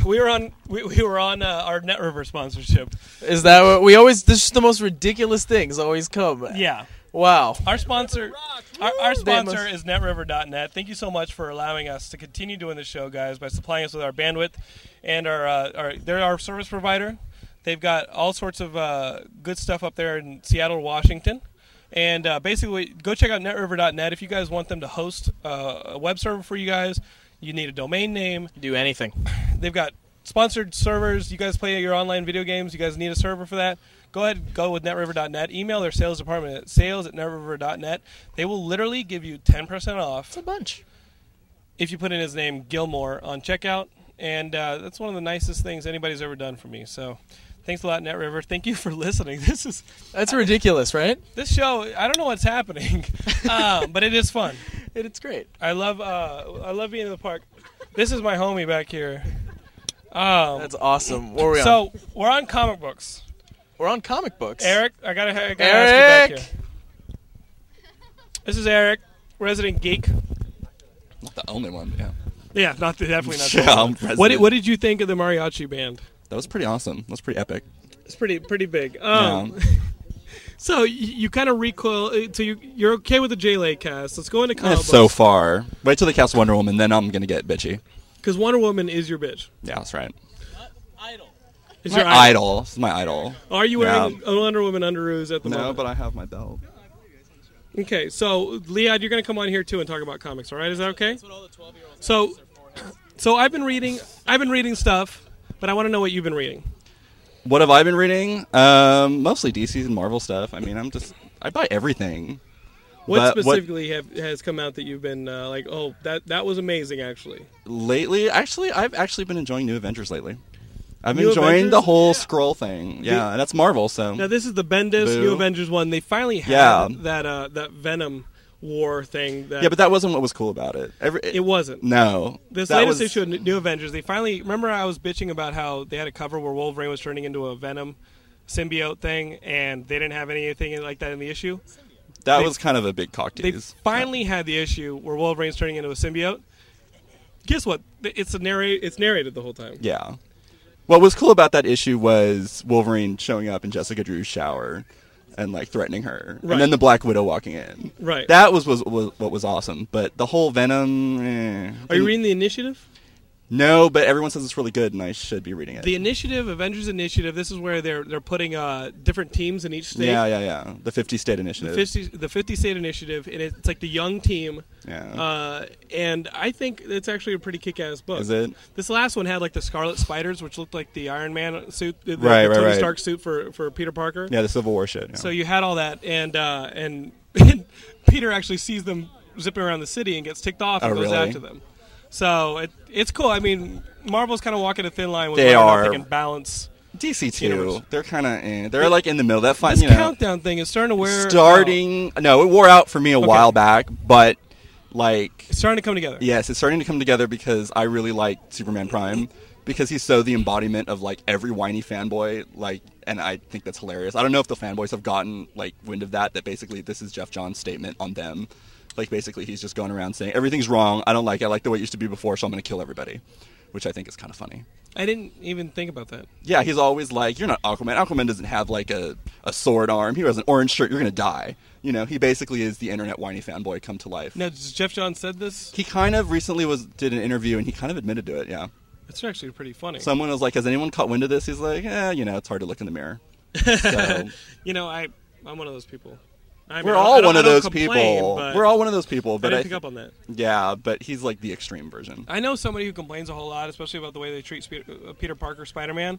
S2: we were on we, we were on uh, our NetRiver sponsorship.
S4: Is that what we always? This is the most ridiculous things always come.
S2: Yeah.
S4: Wow.
S2: Our sponsor, our, our
S4: They
S2: sponsor
S4: must-
S2: is netriver.net. Thank you so much for allowing us to continue doing the show, guys, by supplying us with our bandwidth and our, uh, our they're our service provider. They've got all sorts of uh, good stuff up there in Seattle, Washington. And uh, basically, go check out netriver.net if you guys want them to host uh, a web server for you guys. You need a domain name.
S4: Do anything.
S2: They've got sponsored servers. You guys play your online video games. You guys need a server for that. Go ahead, and go with netriver.net. Email their sales department at sales at netriver.net. They will literally give you 10% off. It's
S4: a bunch.
S2: If you put in his name, Gilmore, on checkout. And uh, that's one of the nicest things anybody's ever done for me. So thanks a lot, NetRiver. Thank you for listening. This is
S4: That's ridiculous, right?
S2: this show. I don't know what's happening, um, but it is fun.
S4: It's great.
S2: I love uh, I love being in the park. This is my homie back here. Um,
S4: That's awesome. What were we on?
S2: so we're on comic books.
S4: We're on comic books.
S2: Eric, I gotta, I gotta ask you
S4: Eric!
S2: back here. This is Eric, resident geek.
S10: Not the only one. Yeah.
S2: Yeah, not the, definitely not. the
S10: Yeah,
S2: only
S10: I'm
S2: one.
S10: president.
S2: what did, what did you think of the mariachi band?
S10: That was pretty awesome. That was pretty epic.
S2: It's pretty pretty big. Um, so you, you kind of recoil. uh, So you you're okay with the J Lay cast? Let's go into
S10: Eh,
S2: comic
S10: so far. Wait till they cast Wonder Woman, then I'm gonna get bitchy.
S2: because Wonder Woman is your bitch.
S10: Yeah, that's right.
S2: Is
S10: my
S2: your idol.
S10: idol. This is my idol.
S2: Are you
S10: Yeah.
S2: wearing a Wonder Woman underoos at the
S10: No,
S2: moment?
S10: but I have my belt.
S2: Okay, so Leah, you're going to come on here too and talk about comics. All right, is that okay? so, so I've been reading. I've been reading stuff, but I want to know what you've been reading.
S10: What have I been reading? Um, mostly DC and Marvel stuff. I mean, I'm just I buy everything.
S2: What
S10: But
S2: specifically Have, has come out that you've been uh, like, oh, that that was amazing, actually.
S10: lately? Actually, I've actually been enjoying New Avengers lately. I've been
S2: New
S10: enjoying
S2: Avengers?
S10: the whole scroll thing. Yeah,
S2: The-
S10: and that's Marvel. So
S2: Now this is the Bendis
S10: Boo.
S2: New Avengers one. They finally had
S10: Yeah.
S2: that uh, that Venom war thing. That
S10: yeah, but that wasn't what was cool about it. Every,
S2: It wasn't.
S10: No,
S2: This
S10: that
S2: latest
S10: was-
S2: issue of New Avengers, they finally remember I was bitching about how they had a cover where Wolverine was turning into a Venom symbiote thing, and they didn't have anything like that in the issue.
S10: That
S2: they-
S10: was kind of a big cock
S2: They
S10: tease.
S2: finally had the issue where Wolverine's turning into a symbiote. Guess what? It's a narrate. It's narrated the whole time.
S10: Yeah. What was cool about that issue was Wolverine showing up in Jessica Drew's shower. and like threatening her,
S2: Right.
S10: and then the Black Widow walking in.
S2: Right.
S10: That was, was was what was awesome. But the whole Venom. eh.
S2: Are you reading the initiative?
S10: No, but everyone says it's really good, and I should be reading it.
S2: The initiative, Avengers Initiative. This is where they're they're putting uh, different teams in each state.
S10: yeah, yeah, yeah. The 50 state
S2: The
S10: initiative.
S2: 50, the 50 state initiative, and it's like the young team.
S10: Yeah.
S2: Uh, and I think it's actually a pretty kick-ass book.
S10: Is it?
S2: This last one had like the Scarlet Spiders, which looked like the Iron Man suit, the, the
S10: Right, right,
S2: Tony
S10: right.
S2: Stark suit for, for Peter Parker.
S10: Yeah, the Civil War shit, yeah.
S2: So you had all that, and uh, and Peter actually sees them zipping around the city and gets ticked off and
S10: Oh,
S2: goes
S10: really?
S2: after them. So it, it's cool. I mean, Marvel's kind of walking a thin line with
S10: They
S2: whether or not
S10: are.
S2: they can balance
S10: DC too.
S2: universe.
S10: They're kind of eh. they're like in the middle. That fine,
S2: This
S10: you know.
S2: countdown thing is starting to wear oh.
S10: starting no it wore out for me a
S2: Okay.
S10: while back but like
S2: it's starting to come together
S10: yes it's starting to come together because i really like superman prime because he's so the embodiment of like every whiny fanboy like and i think that's hilarious i don't know if the fanboys have gotten like wind of that that basically this is jeff john's statement on them like basically he's just going around saying everything's wrong i don't like it i like the way it used to be before so i'm going to kill everybody which i think is kind of funny
S2: I didn't even think about that.
S10: yeah, he's always like, "You're not Aquaman. Aquaman doesn't have like a, a sword arm. He wears an orange shirt. You're gonna die." You know, he basically is the internet whiny fanboy come to life.
S2: Now, has Jeff John said this.
S10: He kind of recently was did an interview and he kind of admitted to it. Yeah,
S2: It's actually pretty funny.
S10: someone was like, "Has anyone caught wind of this?" He's like, "Yeah, you know, it's hard to look in the mirror." So,
S2: you know, I I'm one of those people. I mean,
S10: we're
S2: I- I
S10: all
S2: don't-
S10: one
S2: I
S10: of
S2: don't
S10: those
S2: complain,
S10: people.
S2: but
S10: We're all one of those people. But
S2: I
S10: I,
S2: didn't pick
S10: thi-
S2: up on that. Uh,
S10: Yeah, but he's like the extreme version.
S2: I know somebody who complains a whole lot, especially about the way they treat Spe- uh, Peter Parker, Spider-Man.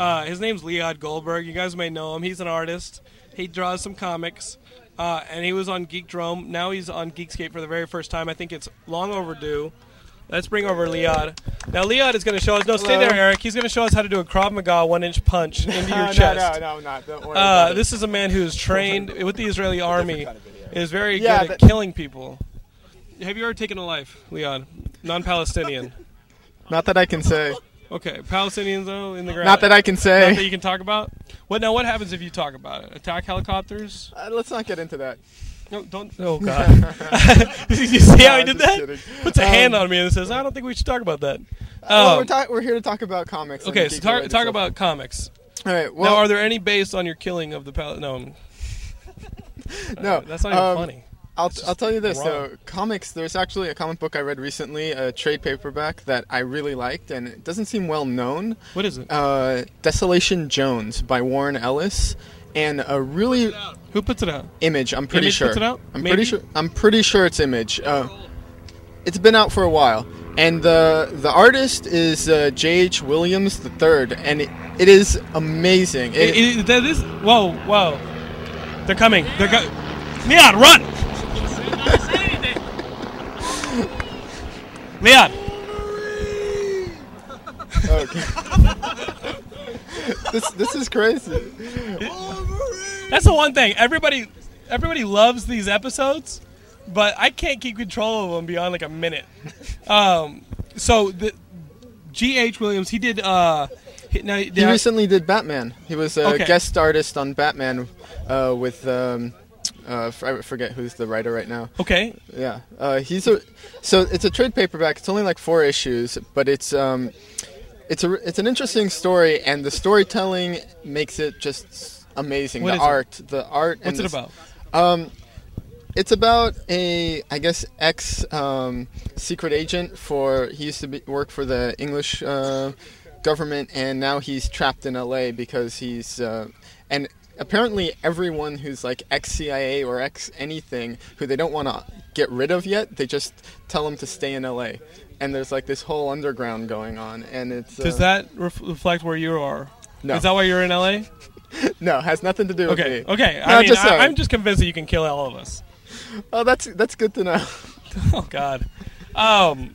S2: Uh, his name's Leod Goldberg. You guys may know him. He's an artist. He draws some comics, uh, and he was on Geekdrome. Now he's on Geekscape for the very first time. I think it's long overdue. Let's bring over Leod. Now Leod is going to show us. No, stay
S13: Hello.
S2: there, Eric. He's going to show us how to do a Krav Maga one-inch punch into
S13: No,
S2: your
S13: no,
S2: chest.
S13: no, no, I'm not. Don't worry about
S2: Uh,
S13: it.
S2: this is a man who is trained with the Israeli army. Is very
S13: Yeah,
S2: good at
S13: but-
S2: killing people. Have you ever taken a life, Leon? Non-Palestinian.
S13: Not that I can say.
S2: Okay, Palestinians though in the ground.
S13: Not that I can say.
S2: Not that you can talk about. What now? What happens if you talk about it? Attack helicopters?
S13: Uh, let's not get into that.
S2: No, don't. Oh God! Did you see how he
S13: No,
S2: did
S13: just
S2: that?
S13: kidding.
S2: Puts a
S13: Um, Uh,
S2: hand on me and says, "I don't think we should talk about that."
S13: well, we're,
S2: Um,
S13: ta- we're here to talk about comics. and
S2: okay, so
S13: geek
S2: talk,
S13: related
S2: talk
S13: stuff.
S2: about comics.
S13: All right, well-
S2: now, are there any based on your killing of the pal? No. I'm-
S13: no,
S2: Uh, that's not even
S13: um,
S2: funny.
S13: I'll,
S2: It's
S13: I'll
S2: just
S13: tell you this.
S2: wrong.
S13: So, comics, there's actually a comic book I read recently, a trade paperback that I really liked, and it doesn't seem well known.
S2: What is it?
S13: Uh, Desolation Jones by Warren Ellis, and a really
S2: who puts it out?
S13: Image. I'm pretty
S2: Image
S13: sure.
S2: puts it out?
S13: I'm
S2: Maybe?
S13: pretty sure. I'm pretty sure it's Image. Uh, it's been out for a while, and the the artist is uh, J.H. Williams the third, and it, it is amazing.
S2: It, it, that is. Whoa, whoa! They're coming. They're go- Leon, run! Leon.
S13: Okay. this this is crazy.
S2: That's the one thing. Everybody, everybody loves these episodes, but I can't keep control of them beyond like a minute. Um, so the G. H. Williams, he did. Uh, he, now,
S13: He recently did Batman. He was a
S2: Okay.
S13: guest artist on Batman uh, with um, uh, f- I forget who's the writer right now.
S2: Okay.
S13: Yeah, uh, he's a so it's a trade paperback. It's only like four issues, but it's um, it's a it's an interesting story, and the storytelling makes it just amazing.
S2: What
S13: the
S2: is it?
S13: art, the art. and
S2: What's it
S13: this-
S2: about?
S13: Um, it's about a, I guess, ex um, secret agent for. He used to be, work for the English uh, government, and now he's trapped in L.A. because he's. Uh, and apparently, everyone who's like ex CIA or ex anything who they don't want to get rid of yet, they just tell them to stay in L.A. And there's like this whole underground going on, and it's.
S2: does
S13: uh,
S2: that ref- reflect where you are?
S13: No.
S2: Is that why you're in L.A.?
S13: No, has nothing to do
S2: Okay.
S13: with me.
S2: Okay.
S13: No,
S2: I mean,
S13: just
S2: I,
S13: saying.
S2: I'm just convinced that you can kill all of us.
S13: Oh, that's that's good to know.
S2: Oh God. Um.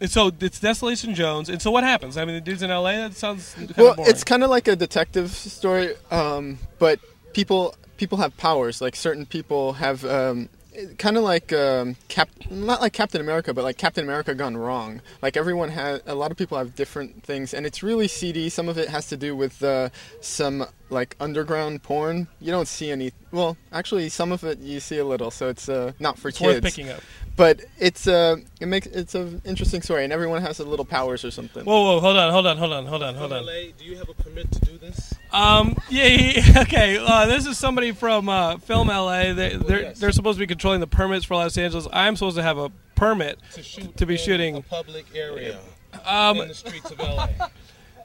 S2: and So it's Desolation Jones, and so what happens? I mean, the dude's in L.A. That sounds kind
S13: well,
S2: of boring.
S13: it's kind of like a detective story, um, but people people have powers. Like certain people have, um, kind of like um, Cap, not like Captain America, but like Captain America gone wrong. Like everyone has, a lot of people have different things, and it's really seedy. Some of it has to do with uh, some like underground porn. You don't see any. Well, actually, some of it you see a little, so it's uh, not for
S2: It's
S13: kids.
S2: worth picking up.
S13: But it's uh, it makes it's an interesting story, and everyone has a little powers or something.
S2: Whoa, whoa, hold on, hold on, hold on, hold on, hold on.
S14: do you have a permit to do this?
S2: Um, yeah, he- okay. Uh, this is somebody from uh, Film LA. They, they're, they're supposed to be controlling the permits for Los Angeles. I'm supposed to have a permit to, be shooting.
S14: public area
S2: Um,
S14: in the streets of LA.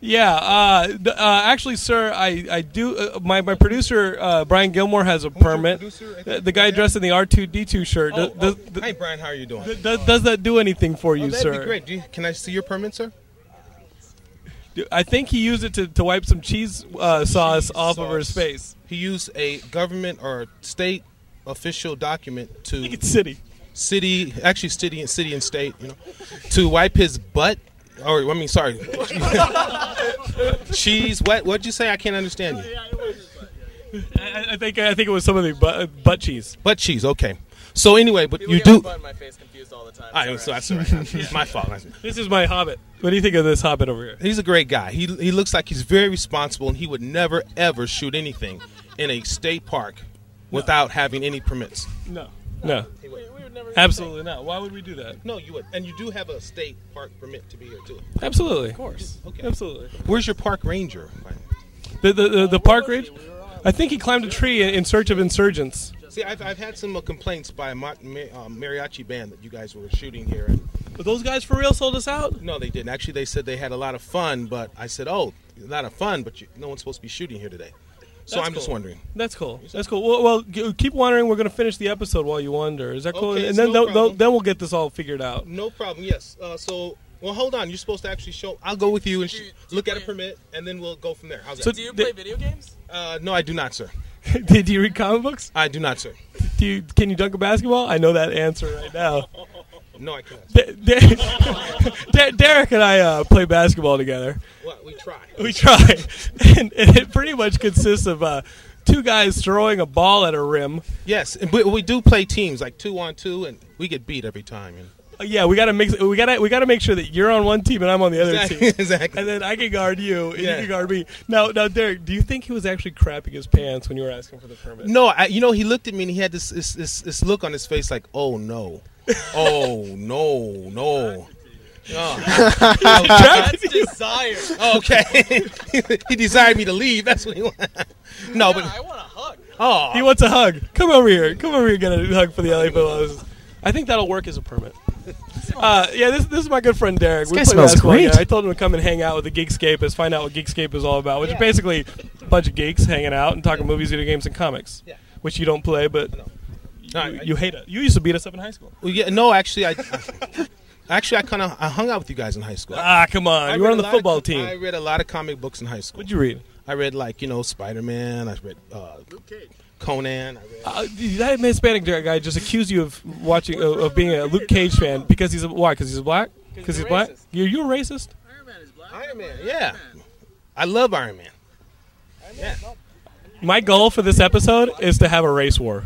S2: Yeah, uh, d- uh, actually, sir, I, I do. Uh, my my producer uh, Brian Gilmore has a permit. The, the guy dressed in the R two D two shirt.
S14: Oh,
S2: Does-
S14: oh,
S2: does,
S14: hey, Brian, how are you doing?
S2: does, does that do anything for you,
S14: Oh, that'd
S2: sir?
S14: be great. Do you, can I see your permit, sir?
S2: Do- I think he used it to, to wipe some cheese uh, sauce off of her face.
S14: He used a government or state official document to
S2: city,
S14: city, actually city and city and state, you know, to wipe his butt. Or I mean, sorry, cheese. What? What'd you say? I can't understand you.
S2: I, I think I think it was some of the butt, butt cheese.
S14: Butt cheese. Okay. So anyway, but
S2: People
S14: you
S2: get my
S14: do.
S2: butt and
S4: my face confused all the time.
S14: I, so that's all right. It's my fault.
S2: This is my Hobbit. What do you think of this Hobbit over here?
S14: He's a great guy. He he looks like he's very responsible, and he would never ever shoot anything in a state park without having any permits.
S2: No. No.
S14: He would.
S2: Absolutely not. Why would we do that?
S14: No, you would. And you do have a state park permit to be here too.
S2: Absolutely.
S14: Of course. Okay.
S2: Absolutely.
S14: Where's your park ranger?
S2: The the, the, the park ridge. I think he climbed a tree in, in search of insurgents.
S14: See, I've, I've had some uh, complaints by a ma- ma- uh, mariachi band that you guys were shooting here. And
S2: but those guys for real sold us out?
S14: No, they didn't. Actually, they said they had a lot of fun, but I said, oh, a lot of fun, but you, no one's supposed to be shooting here today. So
S2: That's
S14: I'm just
S2: cool.
S14: wondering.
S2: That's cool. That's cool. Well, well g- keep wondering. We're gonna finish the episode while you wonder. Is that cool?
S14: Okay,
S2: and
S14: it's
S2: then
S14: no
S2: they'll- they'll-
S14: problem.
S2: then we'll get this all figured out.
S14: No problem. Yes. Uh, so, well, hold on. You're supposed to actually show. I'll go with you and sh- look at a permit, and then we'll go from there. How's
S2: So
S14: that?
S2: do you play the-
S4: video games?
S14: Uh, no, I do not, sir.
S2: Did you read comic books?
S14: I do not, sir.
S2: Do you, can you dunk a basketball? I know that answer right now.
S14: No, I cannot.
S2: De- De- De- Derek and I uh, play basketball together.
S14: What? We try.
S2: We try, and, and it pretty much consists of uh, two guys throwing a ball at a rim.
S14: Yes, and we, we do play teams like two on two, and we get beat every time. You know?
S2: Uh, yeah, we gotta mix. We gotta we gotta make sure that you're on one team and I'm on the other
S14: Exactly,
S2: team. Exactly. And then I can guard you, and
S14: Yeah.
S2: you can guard me. Now, now, Derek, do you think he was actually crapping his pants when you were asking for the permit?
S14: No, I, you know, he looked at me and he had this this, this this look on his face like, oh no, oh no, no. Oh.
S4: That's desire.
S14: Oh, okay. he desired me to leave. That's what he wanted. No, but I want a hug. Oh,
S2: He wants a hug. Come over here. Come over here. Get a hug for the LA Phillies. I think that'll work as a permit. Uh, yeah, this, this is my good friend Derek.
S1: guy
S2: play
S1: smells
S2: basketball
S1: great.
S2: together. I told him to come and hang out with the Geekscape, is find out what Geekscape is all about, which is basically a bunch of geeks hanging out and talking movies, video games, and comics. Which you don't play, but you, you hate it. You used to beat us up in high school.
S14: Well, yeah, no, actually, I, actually I kind of I hung out with you guys in high school.
S2: Ah, come on.
S14: I
S2: You were on
S14: read a
S2: the
S14: lot of
S2: football
S14: com-
S2: team.
S14: I read a lot of comic books in high school. What'd
S2: you read?
S14: I read like you know Spider Man. I read uh, Conan. I read.
S2: Uh, that Hispanic guy just accused you of watching of, of being a Luke Cage fan because he's a, why? Because he's black? Because he's black? You're, you're a racist?
S14: Iron Man. Yeah, I love Iron Man. Yeah.
S2: My goal for this episode is to have a race war.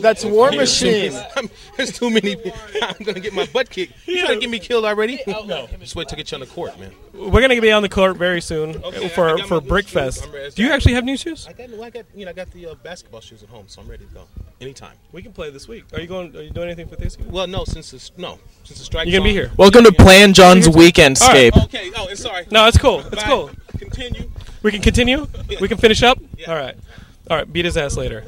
S14: That's
S2: War Machine.
S14: There's too many. I'm gonna get my butt kicked. You trying to get me killed already? No. Just wait till I get you on the court, man.
S2: We're gonna be on the court very soon
S14: Okay, I
S2: for
S14: got my
S2: for
S14: new shoes. I'm ready.
S2: Brickfest. Do you actually have new shoes?
S14: I got, well, I got, you know, I got the uh, basketball shoes at home, so I'm ready to go anytime.
S2: We can play this week. Are you going? Are you doing anything for Thanksgiving?
S14: Well, no, since the no, since the strike.
S2: You gonna be here?
S4: Welcome to Plan John's Weekend
S2: All right.
S4: Scape.
S14: Okay. Oh, it's sorry.
S2: No, it's cool. It's
S14: Bye.
S2: cool.
S14: Continue.
S2: We can continue. We can finish up. All right. All right. Beat his ass later.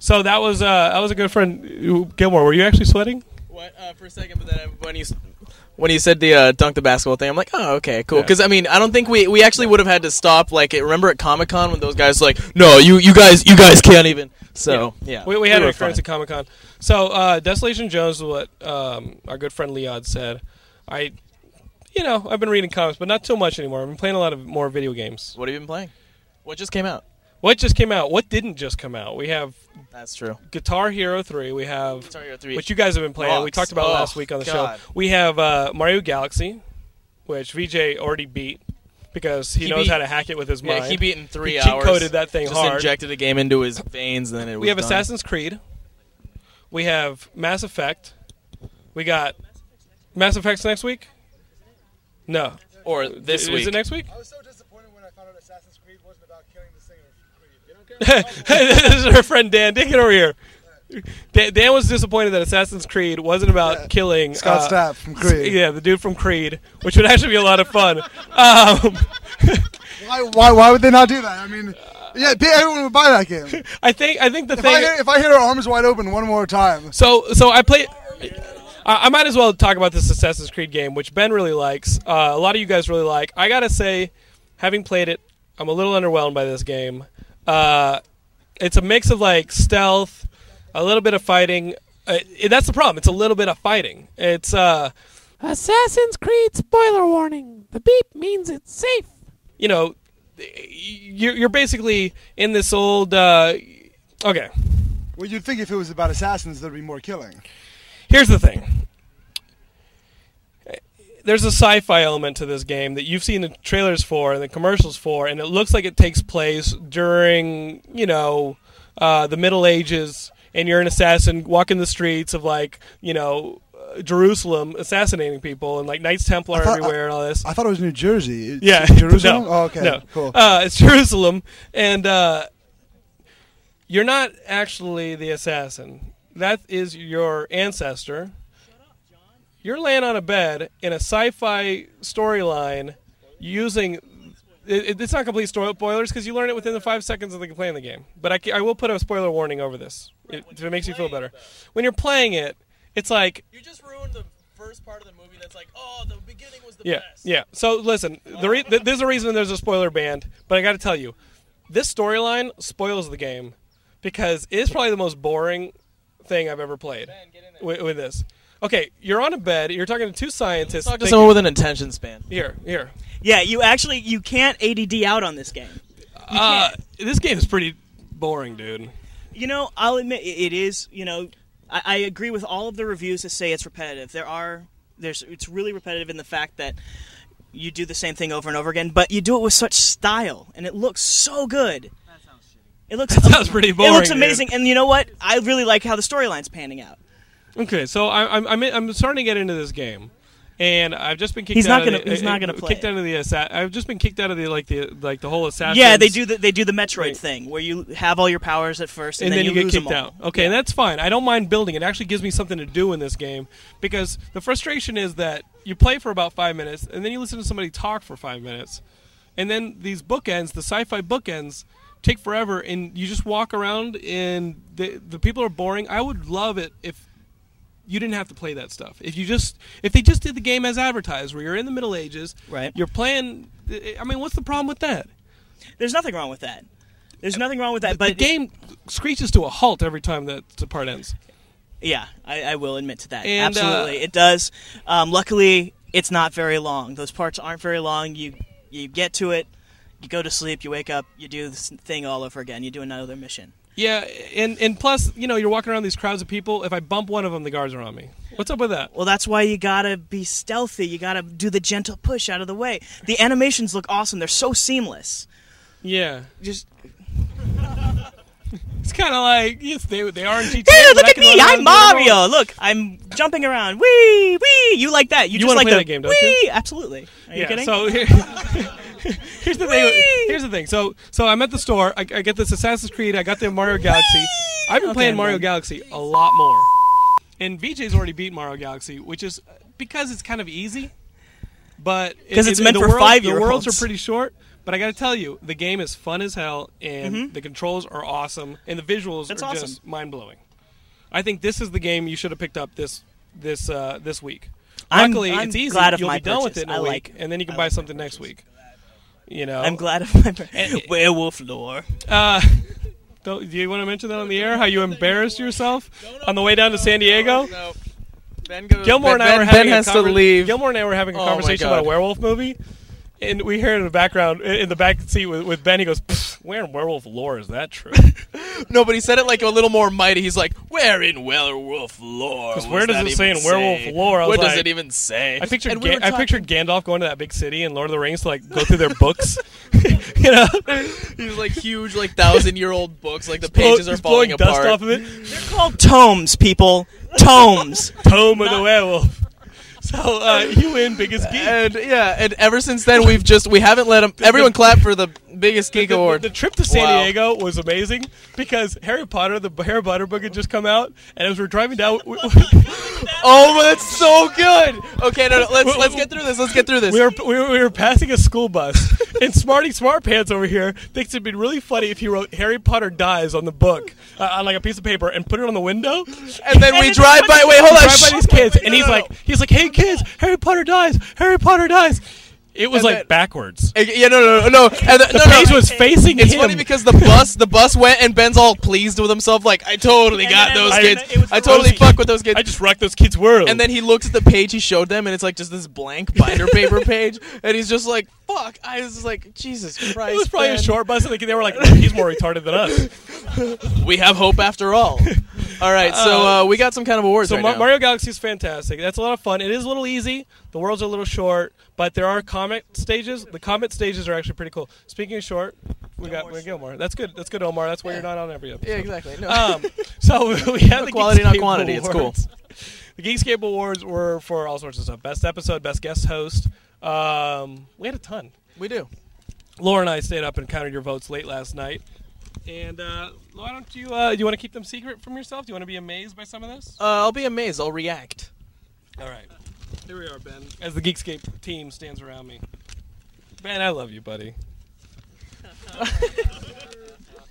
S2: So that was uh, that was a good friend Gilmore. Were you actually sweating?
S4: What, uh, for a second, but then when you when you said the uh, dunk the basketball thing, I'm like, oh, okay, cool.
S6: Yeah.
S4: Because I mean, I don't think we, we actually would have had to stop. Like, it, remember at Comic Con when those guys were like, no, you you guys you guys can't even. So yeah,
S2: we, we had an
S4: were
S2: experience
S4: fine.
S2: at Comic Con. So uh, Desolation Jones, is what um, our good friend Leod said, I, you know, I've been reading comics, but not so much anymore. I've been playing a lot of more video games.
S4: What have you been playing? What just came out?
S2: What just came out? What didn't just come out? We have
S4: that's true.
S2: Guitar Hero three. We have Guitar
S4: Hero 3
S2: which you guys have been playing. We
S4: rocks.
S2: talked about
S4: Oh,
S2: last week on the
S4: God.
S2: show. We have uh, Mario Galaxy, which VJ already beat because he,
S4: He
S2: knows
S4: beat-
S2: how to hack it with his
S4: yeah,
S2: mind.
S4: he beat in three
S2: he
S4: hours.
S2: Coded that thing
S4: just
S2: hard.
S4: Injected a game into his veins, and then it
S2: we
S4: was
S2: have
S4: done.
S2: Assassin's Creed. We have Mass Effect. We got Mass Effect's next week. No.
S4: Or this
S2: is
S4: week.
S2: it next week?
S15: I was so disappointed when I found out Assassin's Creed wasn't about killing the singer.
S2: this is our friend Dan. Dick, get over here. Dan, Dan was disappointed that Assassin's Creed wasn't about killing uh,
S16: Scott Stapp from Creed.
S2: Yeah, the dude from Creed, which would actually be a lot of fun. Um,
S16: Why, why, why would they not do that? I mean, yeah, pe- everyone would buy that game.
S2: I think, I think the
S16: if
S2: thing-
S16: I hit, if I hit her arms wide open one more time,
S2: So, so I play. I, I might as well talk about this Assassin's Creed game, which Ben really likes. Uh, a lot of you guys really like. I gotta say, having played it, I'm a little underwhelmed by this game. Uh, it's a mix of like stealth, a little bit of fighting. Uh, it- that's the problem. It's a little bit of fighting. It's uh,
S17: Assassin's Creed spoiler warning. The beep means it's safe.
S2: you know, you're, you're basically in this old. Uh, okay,
S16: well, you'd think if it was about assassins, there'd be more killing.
S2: here's the thing. There's a sci-fi element to this game that you've seen the trailers for and the commercials for, and it looks like it takes place during, you know, uh, the Middle Ages, and you're an assassin walking the streets of like, you know, uh, Jerusalem, assassinating people, and like Knights Templar
S16: I thought-
S2: everywhere, and all this.
S16: I thought it was New Jersey. It's
S2: Yeah,
S16: Jerusalem.
S2: No,
S16: oh, okay,
S2: no.
S16: cool.
S2: Uh, it's Jerusalem, and uh, you're not actually the assassin. That is your ancestor. You're laying on a bed in a sci-fi storyline, using. It, it- it's not complete story spoilers because you learn it within the five seconds of the playing the game. But I, ca- I will put a spoiler warning over this if if it makes you feel better. When you're playing it, it's like
S4: oh,
S2: yeah, yeah. So listen, the re- th- there's a reason there's a spoiler band, but I got to tell you, this storyline spoils the game because it's probably the most boring thing I've ever played with, with this. Okay, you're on a bed. You're talking to two scientists.
S4: Talk to
S2: thinking-
S4: someone with an attention span.
S2: Here, here.
S6: Yeah, you actually you can't ADD out on this game.
S2: Uh, this game is pretty boring, dude.
S6: You know, I'll admit i- it is. You know, I, I agree with all of the reviews that say it's repetitive. There are there's it's really repetitive in the fact that you do the same thing over and over again, but you do it with such style, and it looks so good. It looks that
S2: sounds pretty boring,
S6: It looks
S2: dude.
S6: amazing, and you know what? I really like how the storyline's panning out.
S2: Okay, so I, I'm I'm I'm starting to get into this game, and I've just been kicked.
S6: He's
S2: out
S6: not
S2: of
S6: gonna-
S2: the,
S6: he's
S2: uh,
S6: not
S2: uh,
S6: gonna play
S2: Kicked out of the assa- I've just been kicked out of the like the like the whole assassin.
S6: yeah, they do the they do the Metroid thing where you have all your powers at first, and,
S2: then, you,
S6: lose
S2: get kicked
S6: them all.
S2: out. Okay, and that's fine. I don't mind building. It actually gives me something to do in this game because the frustration is that you play for about five minutes and then you listen to somebody talk for five minutes, and then these bookends, the sci-fi bookends, take forever, and you just walk around and the the people are boring. I would love it if you didn't have to play that stuff. If you just if they just did the game as advertised, where you're in the Middle Ages,
S6: right?
S2: You're playing. I mean, what's the problem with that?
S6: There's nothing wrong with that. There's nothing wrong with that. But
S2: the game screeches to a halt every time that the part ends.
S6: Yeah, I, I will admit to that.
S2: And, uh,
S6: Absolutely, it does. Um, luckily, it's not very long. Those parts aren't very long. You you get to it, you go to sleep, you wake up, you do this thing all over again. You do another mission.
S2: Yeah, and and plus, you know, you're walking around these crowds of people. If I bump one of them, the guards are on me. What's up with that?
S6: Well, that's why you gotta be stealthy. You gotta do the gentle push out of the way. The animations look awesome. They're so seamless.
S2: Yeah,
S6: just
S2: it's kind of like yes, they they are in GTA.
S6: Hey,
S2: but
S6: look
S2: I
S6: at
S2: can
S6: me!
S2: run
S6: I'm
S2: around doing
S6: Mario.
S2: all-
S6: Look, I'm jumping around. Wee wee! You like that? You,
S2: You
S6: just
S2: wanna
S6: like
S2: play
S6: the
S2: that game, don't
S6: wee.
S2: you?
S6: Absolutely. Are you
S2: yeah.
S6: kidding?
S2: So here, here's the thing. Here's the thing. So so I'm at the store. I, I get this Assassin's Creed. I got the Mario Galaxy. I've been
S6: Okay,
S2: playing
S6: I'm
S2: Mario
S6: done.
S2: Galaxy a lot more, and VJ's already beat Mario Galaxy, which is because it's kind of easy. But
S6: 'Cause
S2: it-
S6: it's
S2: it-
S6: meant
S2: the
S6: for
S2: world- The
S6: five-year-olds.
S2: worlds are pretty short. But I got to tell you, the game is fun as hell, and the controls are awesome, and the visuals
S6: Mm-hmm. That's
S2: are
S6: awesome.
S2: just mind blowing. I think this is the game you should have picked up this this uh, this week.
S6: I'm-
S2: Luckily,
S6: I'm
S2: it's easy.
S6: glad of
S2: You'll
S6: my
S2: be done with
S6: purchase.
S2: it in
S6: I
S2: a week,
S6: like-
S2: and then you can buy something next week. You know, Eh,
S6: I'm glad of my pur- werewolf lore.
S2: Uh, don't, do you want to mention that on the air? How you embarrassed yourself on the way down to San Diego?
S4: Ben goes,
S2: Gilmore and
S4: ben,
S2: I
S4: ben,
S2: were having
S4: Ben has
S2: a
S4: to
S2: conver-
S4: leave.
S2: Gilmore and I were having a
S4: Oh my
S2: conversation
S4: God.
S2: about a werewolf movie, and we hear in the background, in the back seat with, with Ben, he goes, "Pfft, "Where in werewolf lore is that true?"
S4: No, but he said it like a little more mighty. He's like, "Where in werewolf lore?
S2: 'Cause
S4: What
S2: where
S4: does
S2: does
S4: that
S2: it say
S4: even
S2: in werewolf lore? I
S4: What
S2: was
S4: does
S2: like-
S4: it even say?"
S2: I pictured
S4: And we
S2: Ga-
S4: were
S2: I pictured Gandalf going to that big city in Lord of the Rings to like go through their books, you know.
S4: These like huge, like thousand year old books, like the
S2: blow-
S4: pages are
S2: he's
S4: falling
S2: blowing dust
S4: apart.
S2: off of it.
S6: They're called tomes, people. Tomes.
S2: Tome of the werewolf. So uh, you win biggest geek.
S4: And yeah, and ever since then we've just we haven't let him. Everyone clap for the biggest geek
S2: the, the-
S4: award.
S2: The, trip to San
S4: Wow.
S2: Diego was amazing because Harry Potter, the Harry Potter book had just come out, and as we're driving down, we, oh, that's so good.
S4: Okay, no, no, let's- let's get through this. Let's get through this.
S2: We were we were, we were passing a school bus, and Smarty Smart Pants over here thinks it'd be really funny if he wrote Harry Potter dies on the book uh, on like a piece of paper and put it on the window,
S4: And then we drive by- wait, hold
S2: we
S4: on,
S2: drive by
S4: shh.
S2: these kids, and he's like, he's like, hey kids, Harry Potter dies, Harry Potter dies. It was
S4: And
S2: like backwards.
S4: Eh, Yeah, no, no, no, no. And the,
S2: The
S4: no, no.
S2: page was facing
S4: It's
S2: him.
S4: funny because the bus, the bus went, and Ben's all pleased with himself, like I totally got those
S2: I-
S4: kids.
S2: it was
S4: I totally
S2: rosy.
S4: fuck with those kids. I
S2: just rocked those kids' world.
S4: And then he looks at the page he showed them, and it's like just this blank binder paper page, and he's just like, "Fuck!" I was just like, "Jesus Christ!"
S2: It was probably a
S4: Ben.
S2: short bus, and like, they were like, "He's more retarded than us."
S4: We have hope after all. all right, so uh, we got some kind of awards
S2: Um, So
S4: right
S2: Ma-
S4: now.
S2: Mario Galaxy is fantastic. That's a lot of fun. It is a little easy. The world's a little short, but there are comet stages. The comet stages are actually pretty cool. Speaking of short, we got we Gilmore. That's good. That's good, Omar. That's why you're not on every episode.
S4: Yeah, exactly. No.
S2: Um, so we have
S4: No
S2: the
S4: quality, not
S2: Geekscape
S4: quantity. It's cool.
S2: Awards. The Geekscape Awards were for all sorts of stuff: best episode, best guest host. Um, we had a ton.
S4: We do.
S2: Laura and I stayed up and counted your votes late last night. And uh, why don't you? Uh, do you want to keep them secret from yourself? Do you want to be amazed by some of this?
S4: Uh, I'll be amazed. I'll react.
S2: All right. Here we are, Ben. As the Geekscape team stands around me. Ben, I love you, buddy.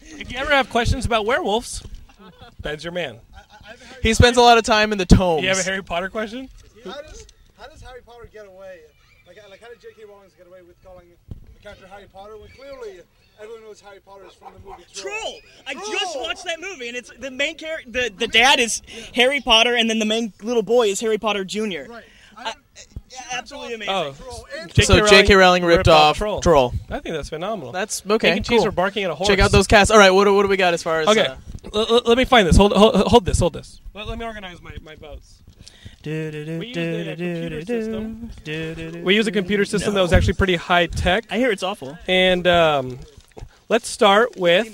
S2: if you ever have questions about werewolves, Ben's your man.
S4: He spends a lot of time in the
S2: Do
S4: tomes.
S2: you have a Harry Potter question?
S15: How does how does Harry Potter get away? Like like how did J.K. Rowling get away with calling the character Harry Potter when clearly everyone knows Harry Potter is from the movie Troll?
S6: Troll. I just watched that movie, and it's the main character. The, the dad is Harry Potter, and then the main little boy is Harry Potter Junior. Right. absolutely amazing.
S2: Oh.
S4: So J.K. Rowling ripped off
S2: Troll.
S4: Troll.
S2: I think that's phenomenal.
S4: That's okay.
S2: Mac and cheese
S4: cool.
S2: are barking at a horse.
S4: Check out those cats. All right, what, do- what do we got as far as
S2: Okay.
S4: uh,
S2: L- l- let me find this. Hold, hold, hold this. Hold this. Let, let me organize my, my votes. We used a computer system. We use a computer system that was actually pretty high tech.
S6: I hear it's awful.
S2: And um, let's start with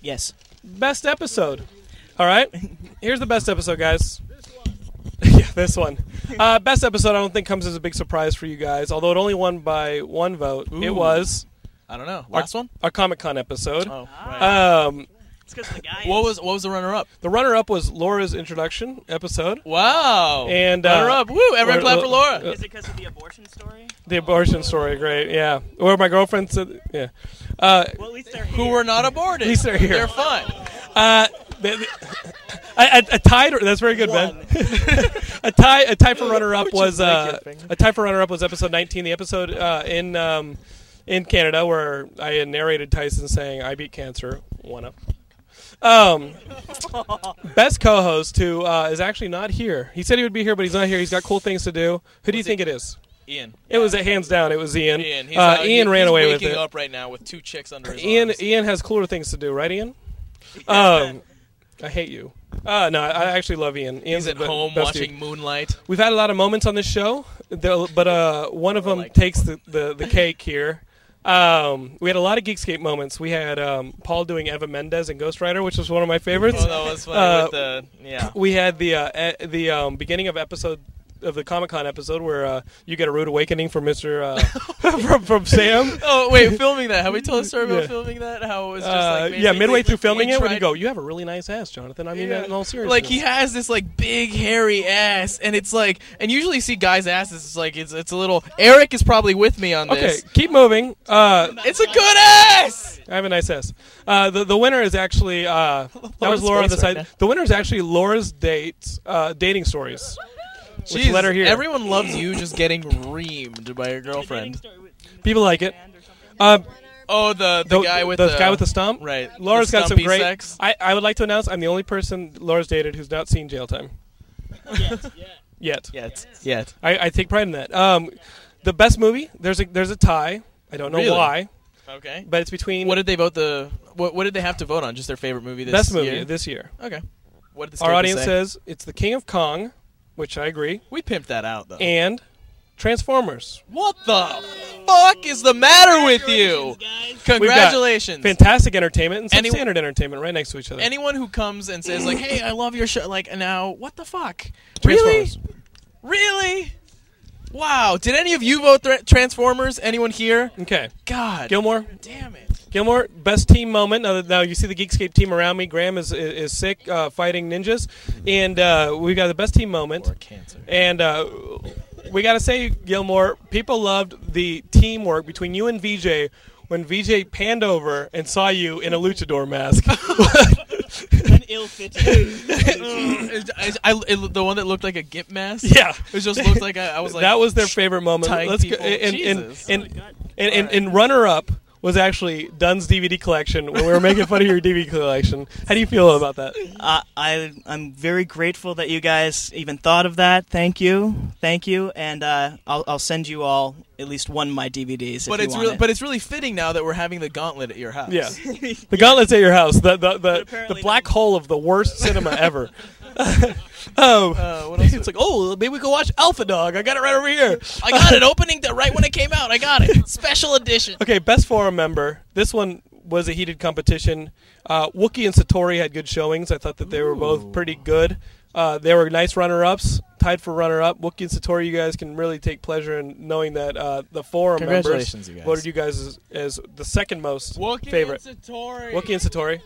S6: yes,
S2: best episode. All right, here's the best episode, guys. yeah, this one. Uh, best episode. I don't think comes as a big surprise for you guys, although it only won by one vote. It
S4: Ooh.
S2: was.
S4: I don't know.
S2: our-
S4: Last one?
S2: Our Comic Con episode.
S4: Oh, right.
S2: Um,
S4: What was what was the runner up?
S2: the runner up was Laura's introduction episode.
S4: Wow.
S2: And uh,
S4: runner up. Woo, everyone
S2: or-
S4: clap for Laura.
S2: uh,
S6: it because of the abortion story?
S2: the abortion story, great. Yeah. Or my girlfriend said, yeah. Uh,
S6: Well, at least they're
S4: Who were not aborted.
S2: At least they're here.
S4: They're fun.
S2: Uh, the- the- a, a- a tie. That's very good, Ben. a tie. A tie for runner-up
S4: Would you
S2: was
S4: break
S2: uh,
S4: your finger?
S2: a tie for runner-up was episode 19. The episode uh, in um, in Canada where I had narrated Tyson saying, "I beat cancer." One up. Um, best co-host who uh, is actually not here. He said he would be here, but he's not here. He's got cool things to do. Who do you think it is?
S4: Ian.
S2: It was a hands down. It was Ian.
S4: Ian, he's,
S2: uh,
S4: uh,
S2: Ian
S4: he-
S2: ran
S4: he's
S2: away with
S4: waking
S2: it.
S4: up right now with two chicks under his
S2: Ian
S4: arms.
S2: Ian has cooler things to do, right, Ian? Um, I hate you. Uh, no, I I actually love Ian. Ian's
S4: He's at
S2: the be-
S4: home
S2: best dude.
S4: watching Moonlight.
S2: We've had a lot of moments on this show, though, but uh, one of them takes the, the, the cake here. Um, we had a lot of Geekscape moments. We had um, Paul doing Eva Mendes and Ghost Rider, which was one of my favorites. Uh,
S4: Oh, that was funny with the- yeah.
S2: We had the uh, eh, the um, beginning of episode of the Comic Con episode where uh, you get a rude awakening from Mister uh, from from Sam.
S4: Oh wait, filming that. Have we told a story about
S2: Yeah.
S4: filming that? How it was just
S2: Uh,
S4: like
S2: yeah,
S4: basically
S2: midway through
S4: we
S2: filming it, when you
S4: tried-
S2: go, you have a really nice ass, Jonathan. I mean,
S4: Yeah.
S2: in all seriousness,
S4: Like he has this like big hairy ass, and it's like, and usually you see guys' asses. It's like it's it's a little. Eric is probably with me on
S2: Okay,
S4: this.
S2: keep moving. Uh,
S4: It's a good ass.
S2: I have a nice ass. Uh, the the winner is actually uh, that was
S4: Laura's
S2: Laura on the
S4: face right
S2: side.
S4: now.
S2: the winner is actually Laura's dates uh, dating stories, which
S4: Jeez,
S2: led her here.
S4: Everyone loves you just getting reamed by your girlfriend.
S2: People like it. Uh,
S4: Oh, the, the, guy with
S2: the,
S4: the
S2: guy with the stump.
S4: Right.
S2: Laura's
S4: The
S2: got some
S4: stumpy
S2: great.
S4: sex.
S2: I I would like to announce I'm the only person Laura's dated who's not seen jail time. Yet.
S4: Yet. Yet.
S2: I, I take pride in that. Um, the best movie. There's a there's a tie. I don't know
S4: Really?
S2: why.
S4: Okay.
S2: But it's between
S4: What did they vote the? What, what did they have to vote on? Just their favorite movie this
S2: best movie
S4: year?
S2: this year.
S4: Okay. What did the
S2: Our
S4: statement
S2: audience
S4: say?
S2: says it's The King of Kong, which I agree,
S4: We pimped that out though.
S2: and Transformers.
S4: What the fuck is the matter with you?
S2: We've got
S4: Congratulations.
S2: Fantastic entertainment and
S4: Any-
S2: substandard entertainment right next to each other.
S4: Anyone who comes and says like, "Hey, I love your show," like now, what the fuck?
S2: Transformers.
S4: Really? Wow. Did any of you vote Thra- Transformers? Anyone here?
S2: Okay.
S4: God.
S2: Gilmore. Damn it. Gilmore, best team moment. Now, that- now you see the Geekscape team around me. Graham is is, is sick, uh, fighting ninjas, and uh, we got the best team moment. Or
S4: cancer.
S2: And uh, we got to say, Gilmore, people loved the teamwork between you and VJ when VJ panned over and saw you in a luchador mask.
S6: An ill-fitting.
S4: Is- is- I- it- the one that looked like a gimp mask.
S2: Yeah,
S4: it just looked like I, I was like
S2: that was their favorite moment.
S4: tying
S2: Let's go,
S4: people.
S2: and, and,
S4: Jesus. Oh
S2: and, and, and, and runner up was actually Dunn's DVD collection when we were making fun of your DVD collection. How do you feel about that?
S6: Uh, I I'm very grateful that you guys even thought of that. Thank you, thank you, and uh, I'll I'll send you all at least one of my DVDs.
S4: but
S6: if
S4: it's
S6: you want
S4: really,
S6: it.
S4: but it's really fitting now that we're having the gauntlet at your house.
S2: Yeah, the gauntlets at your house. The the the, the black hole of the worst cinema ever.
S4: Uh,
S2: oh, it's like oh maybe we could watch Alpha Dog. I got it right over here.
S4: I got it Oh, opening to right when it came out. I got it. Special edition.
S2: Okay, best forum member. This one was a heated competition. Uh, Wookie and Satori had good showings. I thought that they were both pretty good. Uh, they were nice runner-ups, tied for runner-up. Wookie and Satori, you guys can really take pleasure in knowing that uh, the forum members
S4: Congratulations, you guys.
S2: voted you guys as, as the second most
S6: Wookie
S2: favorite.
S6: and Satori.
S2: Wookie and Satori.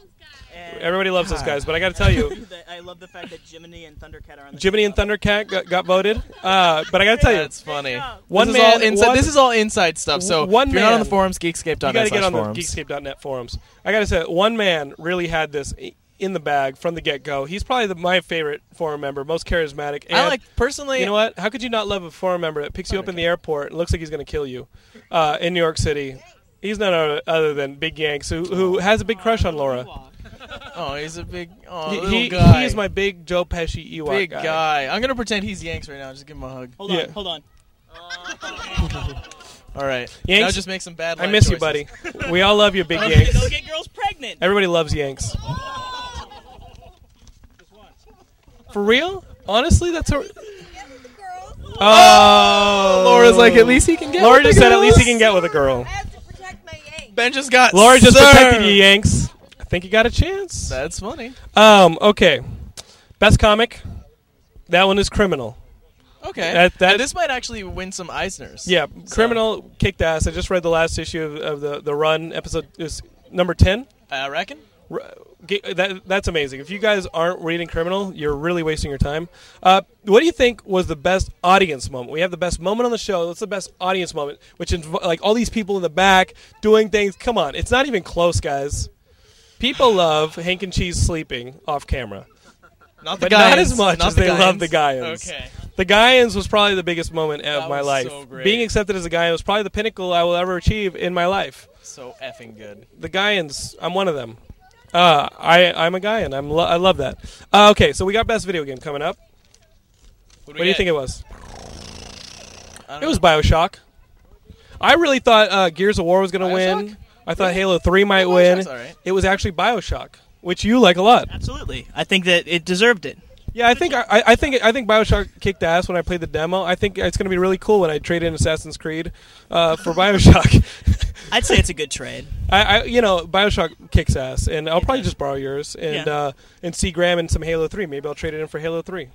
S2: Everybody loves those guys, but I got to tell you,
S6: I love the fact that Jiminy and Thundercat are on.
S2: Jiminy and Thundercat got, got voted. Uh, but I got to tell you,
S4: That's funny.
S2: One
S4: this
S2: man,
S4: is all inside.
S2: one-
S4: this is all inside stuff. So
S2: one
S4: if you're not on the
S2: man-
S4: forums, Geekscape.net.
S2: You got to get
S4: slash
S2: on
S4: forums.
S2: the Geekscape.net forums. I got to say, one man really had this i- in the bag from the get go. He's probably the, my favorite forum member, most charismatic.
S4: I
S2: and-
S4: like- personally-
S2: You know what? How could you not love a forum member that picks you up in the airport and looks like he's going to kill you uh, in New York City? He's none other- other than Big Yanks, who, who has a big crush on Laura.
S4: Oh, he's a big. Oh,
S2: He-
S4: little
S2: he,
S4: guy.
S2: he is my big Joe Pesci Ewok
S4: big guy. I'm gonna pretend he's Yanks right now. Just give him a hug.
S6: Hold on, hold on.
S4: All right.
S2: Yanks,
S4: now just make some bad.
S2: I
S4: life
S2: miss you, buddy.
S4: choices.
S2: We all love you, Big
S6: I'm
S2: Yanks.
S6: gonna go get girls pregnant.
S2: Everybody loves Yanks. For real? Honestly, that's a. Oh,
S4: Laura's like, at least he can get
S2: Laura
S4: with a
S2: just said, at
S4: girl."
S2: least he can get with a girl.
S4: Ben just got.
S2: Laura just
S4: served.
S2: protected you, Yanks. I think you got a chance.
S4: That's funny.
S2: Um. Okay. Best comic. That one is criminal.
S4: Okay.
S2: That, that,
S4: this might actually win some Eisners.
S2: Yeah, Criminal kicked ass. I just read the last issue of, of the the Run episode is number ten.
S4: I reckon.
S2: R- ge- That, that's amazing. If you guys aren't reading Criminal, you're really wasting your time. Uh, what do you think was the best audience moment? We have the best moment on the show. That's the best audience moment, which is like all these people in the back doing things. Come on, it's not even close, guys. People love Hank and Cheese sleeping off camera.
S4: Not the
S2: but Not
S4: Guyans.
S2: as much
S4: Not
S2: as
S4: the
S2: they love the
S4: Guyans.
S2: Guyans.
S4: Okay.
S2: The Guyans was probably the biggest moment of
S4: That
S2: my
S4: was
S2: life.
S4: so great.
S2: Being accepted as a Guyan was probably the pinnacle I will ever achieve in my life.
S4: So effing good.
S2: The Guyans, I'm one of them. Uh, I I'm a Guyan. I'm lo- I love that. Uh, okay, so we got best video game coming up. What,
S4: do we
S2: do you
S4: get?
S2: think it was?
S4: I don't
S2: It was Bioshock. I really thought uh, Gears of War was going to win. I thought Halo Three might win.
S6: Bioshock's all right.
S2: It was actually Bioshock, which you like a lot.
S6: Absolutely, I think that it deserved it.
S2: Yeah, I think I, I think I think Bioshock kicked ass when I played the demo. I think it's going to be really cool when I trade in Assassin's Creed uh, for Bioshock.
S6: I'd say it's a good trade.
S2: I, I you know Bioshock kicks ass, and I'll probably just borrow yours and
S6: Yeah.
S2: uh, and see Graham and some Halo Three. Maybe I'll trade it in for Halo Three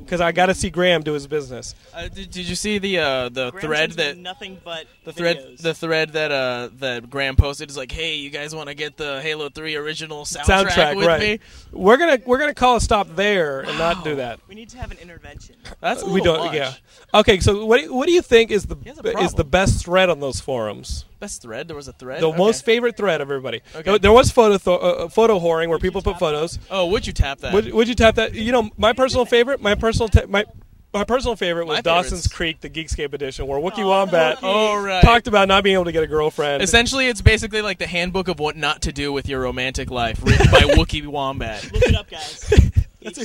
S2: because I got to see Graham do his business.
S4: Uh, did, did you see the uh, the thread
S6: sends me
S4: that
S6: nothing but
S4: the thread the thread that uh, that Graham posted is like, hey, you guys want to get the Halo Three original soundtrack, with
S2: right?
S4: me?
S2: We're gonna we're gonna call a stop there and not do that.
S6: We need to have an intervention.
S4: That's a
S2: we
S4: little
S2: don't.
S4: much.
S2: Yeah. Okay. So what do you- what do you think is the
S4: has a
S2: is the
S4: problem.
S2: best thread on those forums?
S4: Best thread. There was a thread.
S2: The
S4: Okay.
S2: most favorite thread of everybody.
S4: Okay.
S2: There, there was photo tho- uh, uh, photo whoring where people put photos.
S4: Oh, would you tap that?
S2: Would, would you tap that? You know, my personal favorite, my personal ta- my my personal favorite was
S4: My
S2: Dawson's
S4: favorites.
S2: Creek, the Geekscape edition, where Wookie Wombat
S4: Oh, right.
S2: talked about not being able to get a girlfriend.
S4: Essentially, it's basically like the handbook of what not to do with your romantic life, written by Wookie Wombat.
S6: Look it up, guys.
S2: That's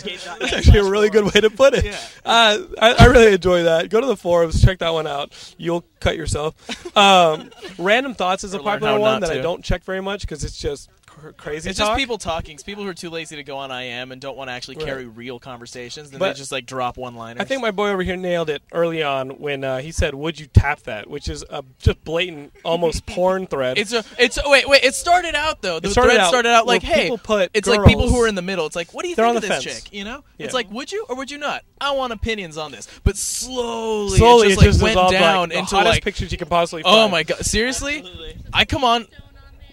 S2: actually a really good way to put it. Uh, I, I really enjoy that. Go to the forums, check that one out. You'll cut yourself. Um, Random Thoughts is a
S4: learn
S2: popular
S4: how
S2: one
S4: not
S2: that I
S4: to.
S2: don't check very much because it's just cr- crazy
S4: it's
S2: talk.
S4: just people talking. It's people who are too lazy to go on IM and don't want to actually
S2: Right.
S4: carry real conversations. Then they
S2: But-
S4: just like drop one liner.
S2: I think my boy over here nailed it early on when uh, he said, "Would you tap that?" Which is a just blatant, almost porn thread.
S4: It's a, it's wait, wait. It started out though. The
S2: started
S4: thread
S2: out
S4: started out like,
S2: where
S4: hey,
S2: people put
S4: it's like people who
S2: girls-
S4: are in the middle. It's like, what do you
S2: They're
S4: think
S2: on
S4: of
S2: the
S4: this
S2: fence.
S4: chick? You know,
S2: Yeah.
S4: it's like, would you or would you not? I want opinions on this. But slowly,
S2: Slowly,
S4: it
S2: it
S4: just, like,
S2: just
S4: went
S2: dissolved, like,
S4: down
S2: the
S4: into
S2: hottest
S4: like
S2: pictures you could possibly
S4: Oh
S2: find.
S4: my god, seriously? I come on.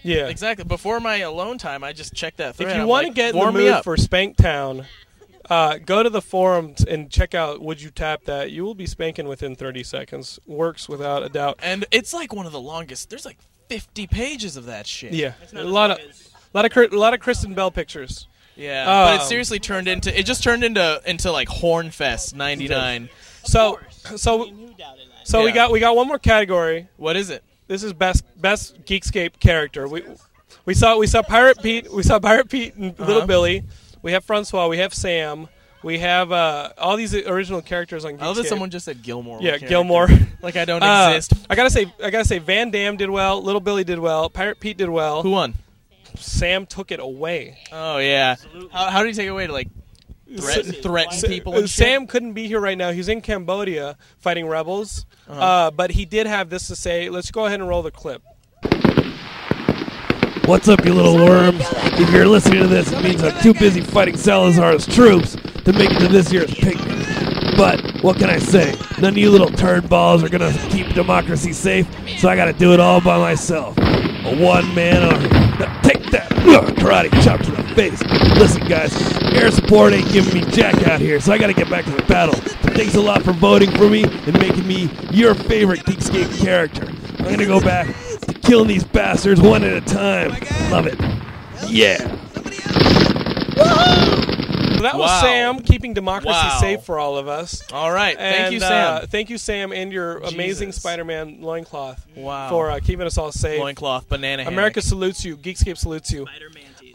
S2: Yeah.
S4: exactly. Before my alone time, I just check that thread.
S2: If you
S4: I'm
S2: want
S4: like,
S2: to get in the
S4: warm me
S2: mood
S4: up.
S2: for Spanktown, uh, go to the forums and check out Would You Tap That? You will be spanking within 30 seconds. Works without a doubt.
S4: and it's like one of the longest. There's like 50 pages of that shit.
S2: Yeah. A lot of, lot, of, Kr- a lot of Kristen Bell pictures.
S4: Yeah,
S2: Um,
S4: but it seriously turned into it just turned into into like Hornfest '99.
S2: So, so, so we
S4: Yeah.
S2: got we got one more category.
S4: What is it?
S2: This is best best Geekscape character. We we saw we saw Pirate Pete. We saw Pirate Pete and Little
S4: Uh-huh.
S2: Billy. We have Francois. We have Sam. We have uh, all these original characters on. Geekscape.
S4: I love that someone just said Gilmore was
S2: Yeah,
S4: character.
S2: Gilmore.
S4: Like I don't
S2: Uh,
S4: exist.
S2: I gotta say, I gotta say, Van Damme did well. Little Billy did well. Pirate Pete did well. Who
S4: won?
S2: Sam took it away.
S4: Oh yeah. How, how do you take it away to like threaten,
S2: S-
S4: threaten
S2: S-
S4: people? And shit?
S2: Sam couldn't be here right now. He's in Cambodia fighting rebels. uh
S4: Uh-huh.
S2: but he did have this to say. Let's go ahead and roll the clip.
S18: What's up, you little worms? If you're listening to this, it means I'm too busy fighting Salazar's troops to make it to this year's picnic. But what can I say? None of you little turd balls are gonna keep democracy safe, so I gotta do it all by myself. A one-man army. Now take that Ugh, karate chop to the face. Listen, guys, air support ain't giving me jack out here, so I gotta get back to the battle. But thanks a lot for voting for me and making me your favorite Geekscape character. I'm gonna go back to killing these bastards one at a time. Love it. Yeah.
S2: So that
S18: Wow.
S2: was Sam keeping democracy
S18: Wow.
S2: safe for all of us.
S4: All right. Thank
S2: And,
S4: you,
S2: uh,
S4: Sam.
S2: thank you, Sam, and your amazing Spider-Man loincloth
S4: Wow.
S2: for uh, keeping us all safe.
S4: Loincloth, banana hammock.
S2: America salutes you. Geekscape salutes you.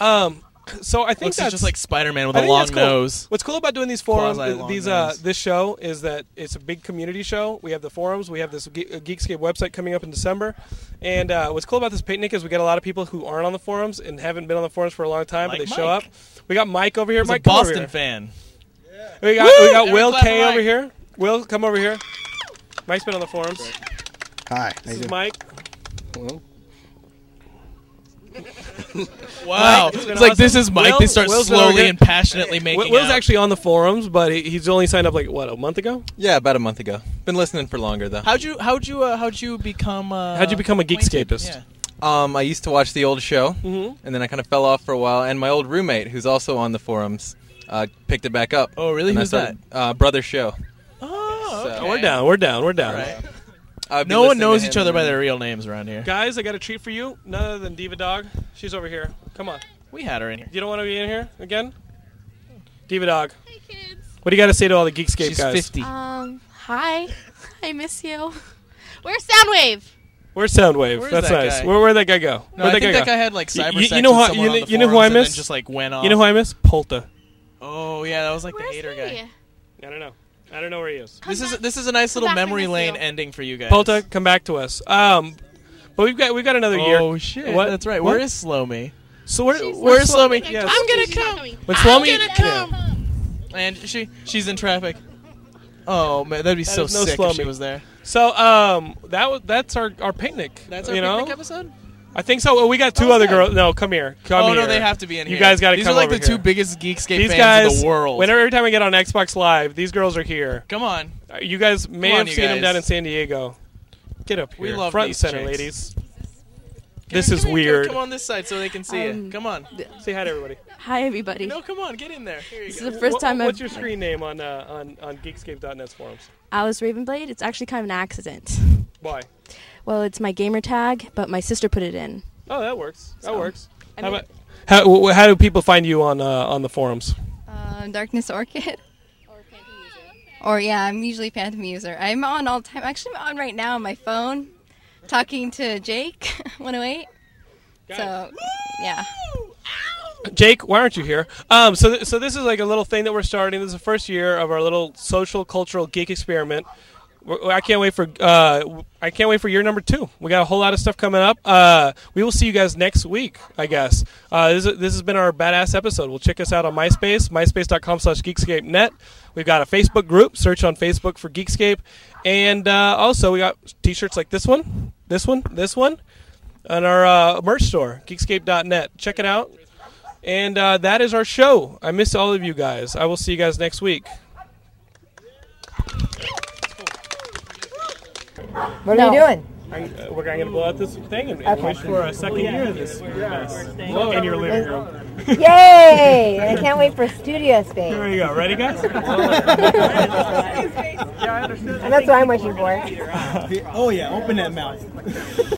S2: Um, so I think
S4: Looks
S2: that's
S4: just like Spider-Man with
S2: a
S4: a long nose.
S2: What's cool about doing these forums,
S4: Quasi long
S2: these uh,
S4: nose.
S2: this show is that it's a big community show. We have the forums, we have this Ge- uh, Geekscape website coming up in December, and uh, what's cool about this picnic is we get a lot of people who aren't on the forums and haven't been on the forums for a long time, but
S4: Like
S2: they show up.
S4: Mike.
S2: We got Mike over here.
S4: He's a
S2: Mike, come over
S4: Boston
S2: here.
S4: fan.
S2: We got
S4: Woo!
S2: we got
S4: Everybody
S2: Will
S4: clap for
S2: K over
S4: Mike.
S2: here. Will, come over here. Mike's been on the forums.
S16: Hi.
S2: This is Mike.
S16: Hello.
S4: Wow.
S2: been
S4: It's like, this is Mike. They start
S2: been over
S4: slowly
S2: here.
S4: and passionately making
S2: Will- Will's
S4: out.
S2: actually on the forums, but he, he's only signed up like what a month ago.
S19: Yeah, about a month ago. Been listening for longer though.
S4: How'd you how'd you uh, how'd you become uh,
S2: How'd you become a
S4: acquainted?
S2: Geekscapist? Mm-hmm.
S4: Yeah.
S19: Um, I used to watch the old show,
S4: Mhm.
S19: and then I kind of fell off for a while. And my old roommate, who's also on the forums, uh, picked it back up.
S4: Oh, really?
S19: And I
S4: Who's
S19: started, Uh, Brother Show.
S4: Oh,
S19: So-
S2: We're down. We're down. We're down.
S19: I've been
S4: No one
S19: listening to
S4: knows
S19: him
S4: each other by
S19: and-
S4: their real names around here.
S2: Guys, I got a treat for you. None other than Diva Dog. She's over here. Come on.
S4: We had her in here.
S2: You don't want to be in here again? Diva Dog. Hey, kids. What do you got to say to all the Geekscape
S4: She's
S2: guys?
S4: 50.
S7: Um, hi. I miss you. Where's Soundwave?
S2: Where's Soundwave?
S4: Where is
S2: That's
S4: that
S2: nice.
S4: guy?
S2: Where where'd that guy go?
S4: No,
S2: where'd
S4: I think
S2: guy
S4: that
S2: go?
S4: guy had, like,
S2: You-
S4: cyber
S2: you- you,
S4: sex
S2: know
S4: with
S2: how,
S4: someone
S2: you,
S4: on
S2: kn-
S4: the
S2: you know who I
S4: forums and then
S2: miss?
S4: just, like, went
S2: You know who I miss? Polta.
S4: Oh yeah, that was like the hater guy.
S2: I don't know. I don't know where he is.
S4: This is this is a nice
S2: Come
S4: little
S2: back, I
S4: memory
S2: miss
S4: lane
S2: you.
S4: ending for you guys.
S2: Polta, come back to us. Um, but we've got we've got another year.
S4: Oh shit!
S2: What?
S4: That's right. Where is Slomey?
S2: So where
S4: Where's Slomey?
S2: Yes.
S4: I'm gonna come.
S2: When
S4: I'm
S2: Slomey-
S4: gonna come. And she she's in traffic. Oh man, that'd be
S2: That
S4: so
S2: is no
S4: sick if she
S2: Slomey.
S4: was there.
S2: So um, that was that's our our picnic.
S4: That's
S2: you
S4: our
S2: know?
S4: picnic episode.
S2: I think so. Well, we got two other girls. No, come here. Come
S4: oh no,
S2: here.
S4: they have to be in here.
S2: You guys got to
S4: These
S2: come
S4: are like
S2: over
S4: the
S2: here.
S4: two biggest Geekscape
S2: These
S4: fans
S2: guys,
S4: in the world.
S2: Whenever every time I get on Xbox Live, these girls are here.
S4: Come on.
S2: Uh, You guys may
S4: Come on,
S2: have
S4: you
S2: seen them
S4: guys.
S2: down in San Diego. Get up here,
S4: We love
S2: front and
S4: these
S2: center,
S4: chicks.
S2: ladies.
S4: Come
S2: this
S4: here,
S2: is
S4: come here, come-
S2: weird.
S4: Come on this side so they can see you. Come on.
S2: Say hi to everybody.
S20: Hi, everybody.
S4: No, come on, get in there. Here you
S20: This
S4: go.
S20: is the first
S2: What-
S20: time
S2: What's
S20: I've-
S2: your screen name on uh, on on Geekscape.net's forums?
S20: Alice Ravenblade. It's actually kind of an accident.
S2: Why?
S20: Well, it's my gamer tag, but my sister put it in.
S2: Oh, that works. That
S20: So,
S2: works.
S20: I
S2: how
S20: mean-
S2: about how, wh- how do people find you on uh, on the forums?
S21: Um, Darkness Orchid. Or yeah, I'm usually Phantom user. I'm on all the time. Actually, I'm on right now on my phone, talking to Jake 108. So yeah,
S2: Jake, why aren't you here? Um, so, th- so this is like a little thing that we're starting. This is the first year of our little social cultural geek experiment. We're- I can't wait for uh, I can't wait for year number two. We got a whole lot of stuff coming up. Uh, we will see you guys next week, I guess. Uh, this, is- this has been our badass episode. Well, check us out on MySpace, myspace.com/geekscape.net. We've got a Facebook group. Search on Facebook for Geekscape, and uh, also we got T-shirts like this one, this one, this one, on our uh, merch store, geekscape.net. Check it out. And uh, that is our show. I miss all of you guys. I will see you guys next week.
S21: What are we doing?
S2: Are you- uh, we're going to blow out this thing and, and
S21: Okay.
S2: wish for a second year of this mess. Blow it in your living room.
S21: Yay! and I can't wait for studio space.
S2: There you go. Ready, guys?
S21: and that's what I'm wishing for.
S6: Oh yeah, open that mouth.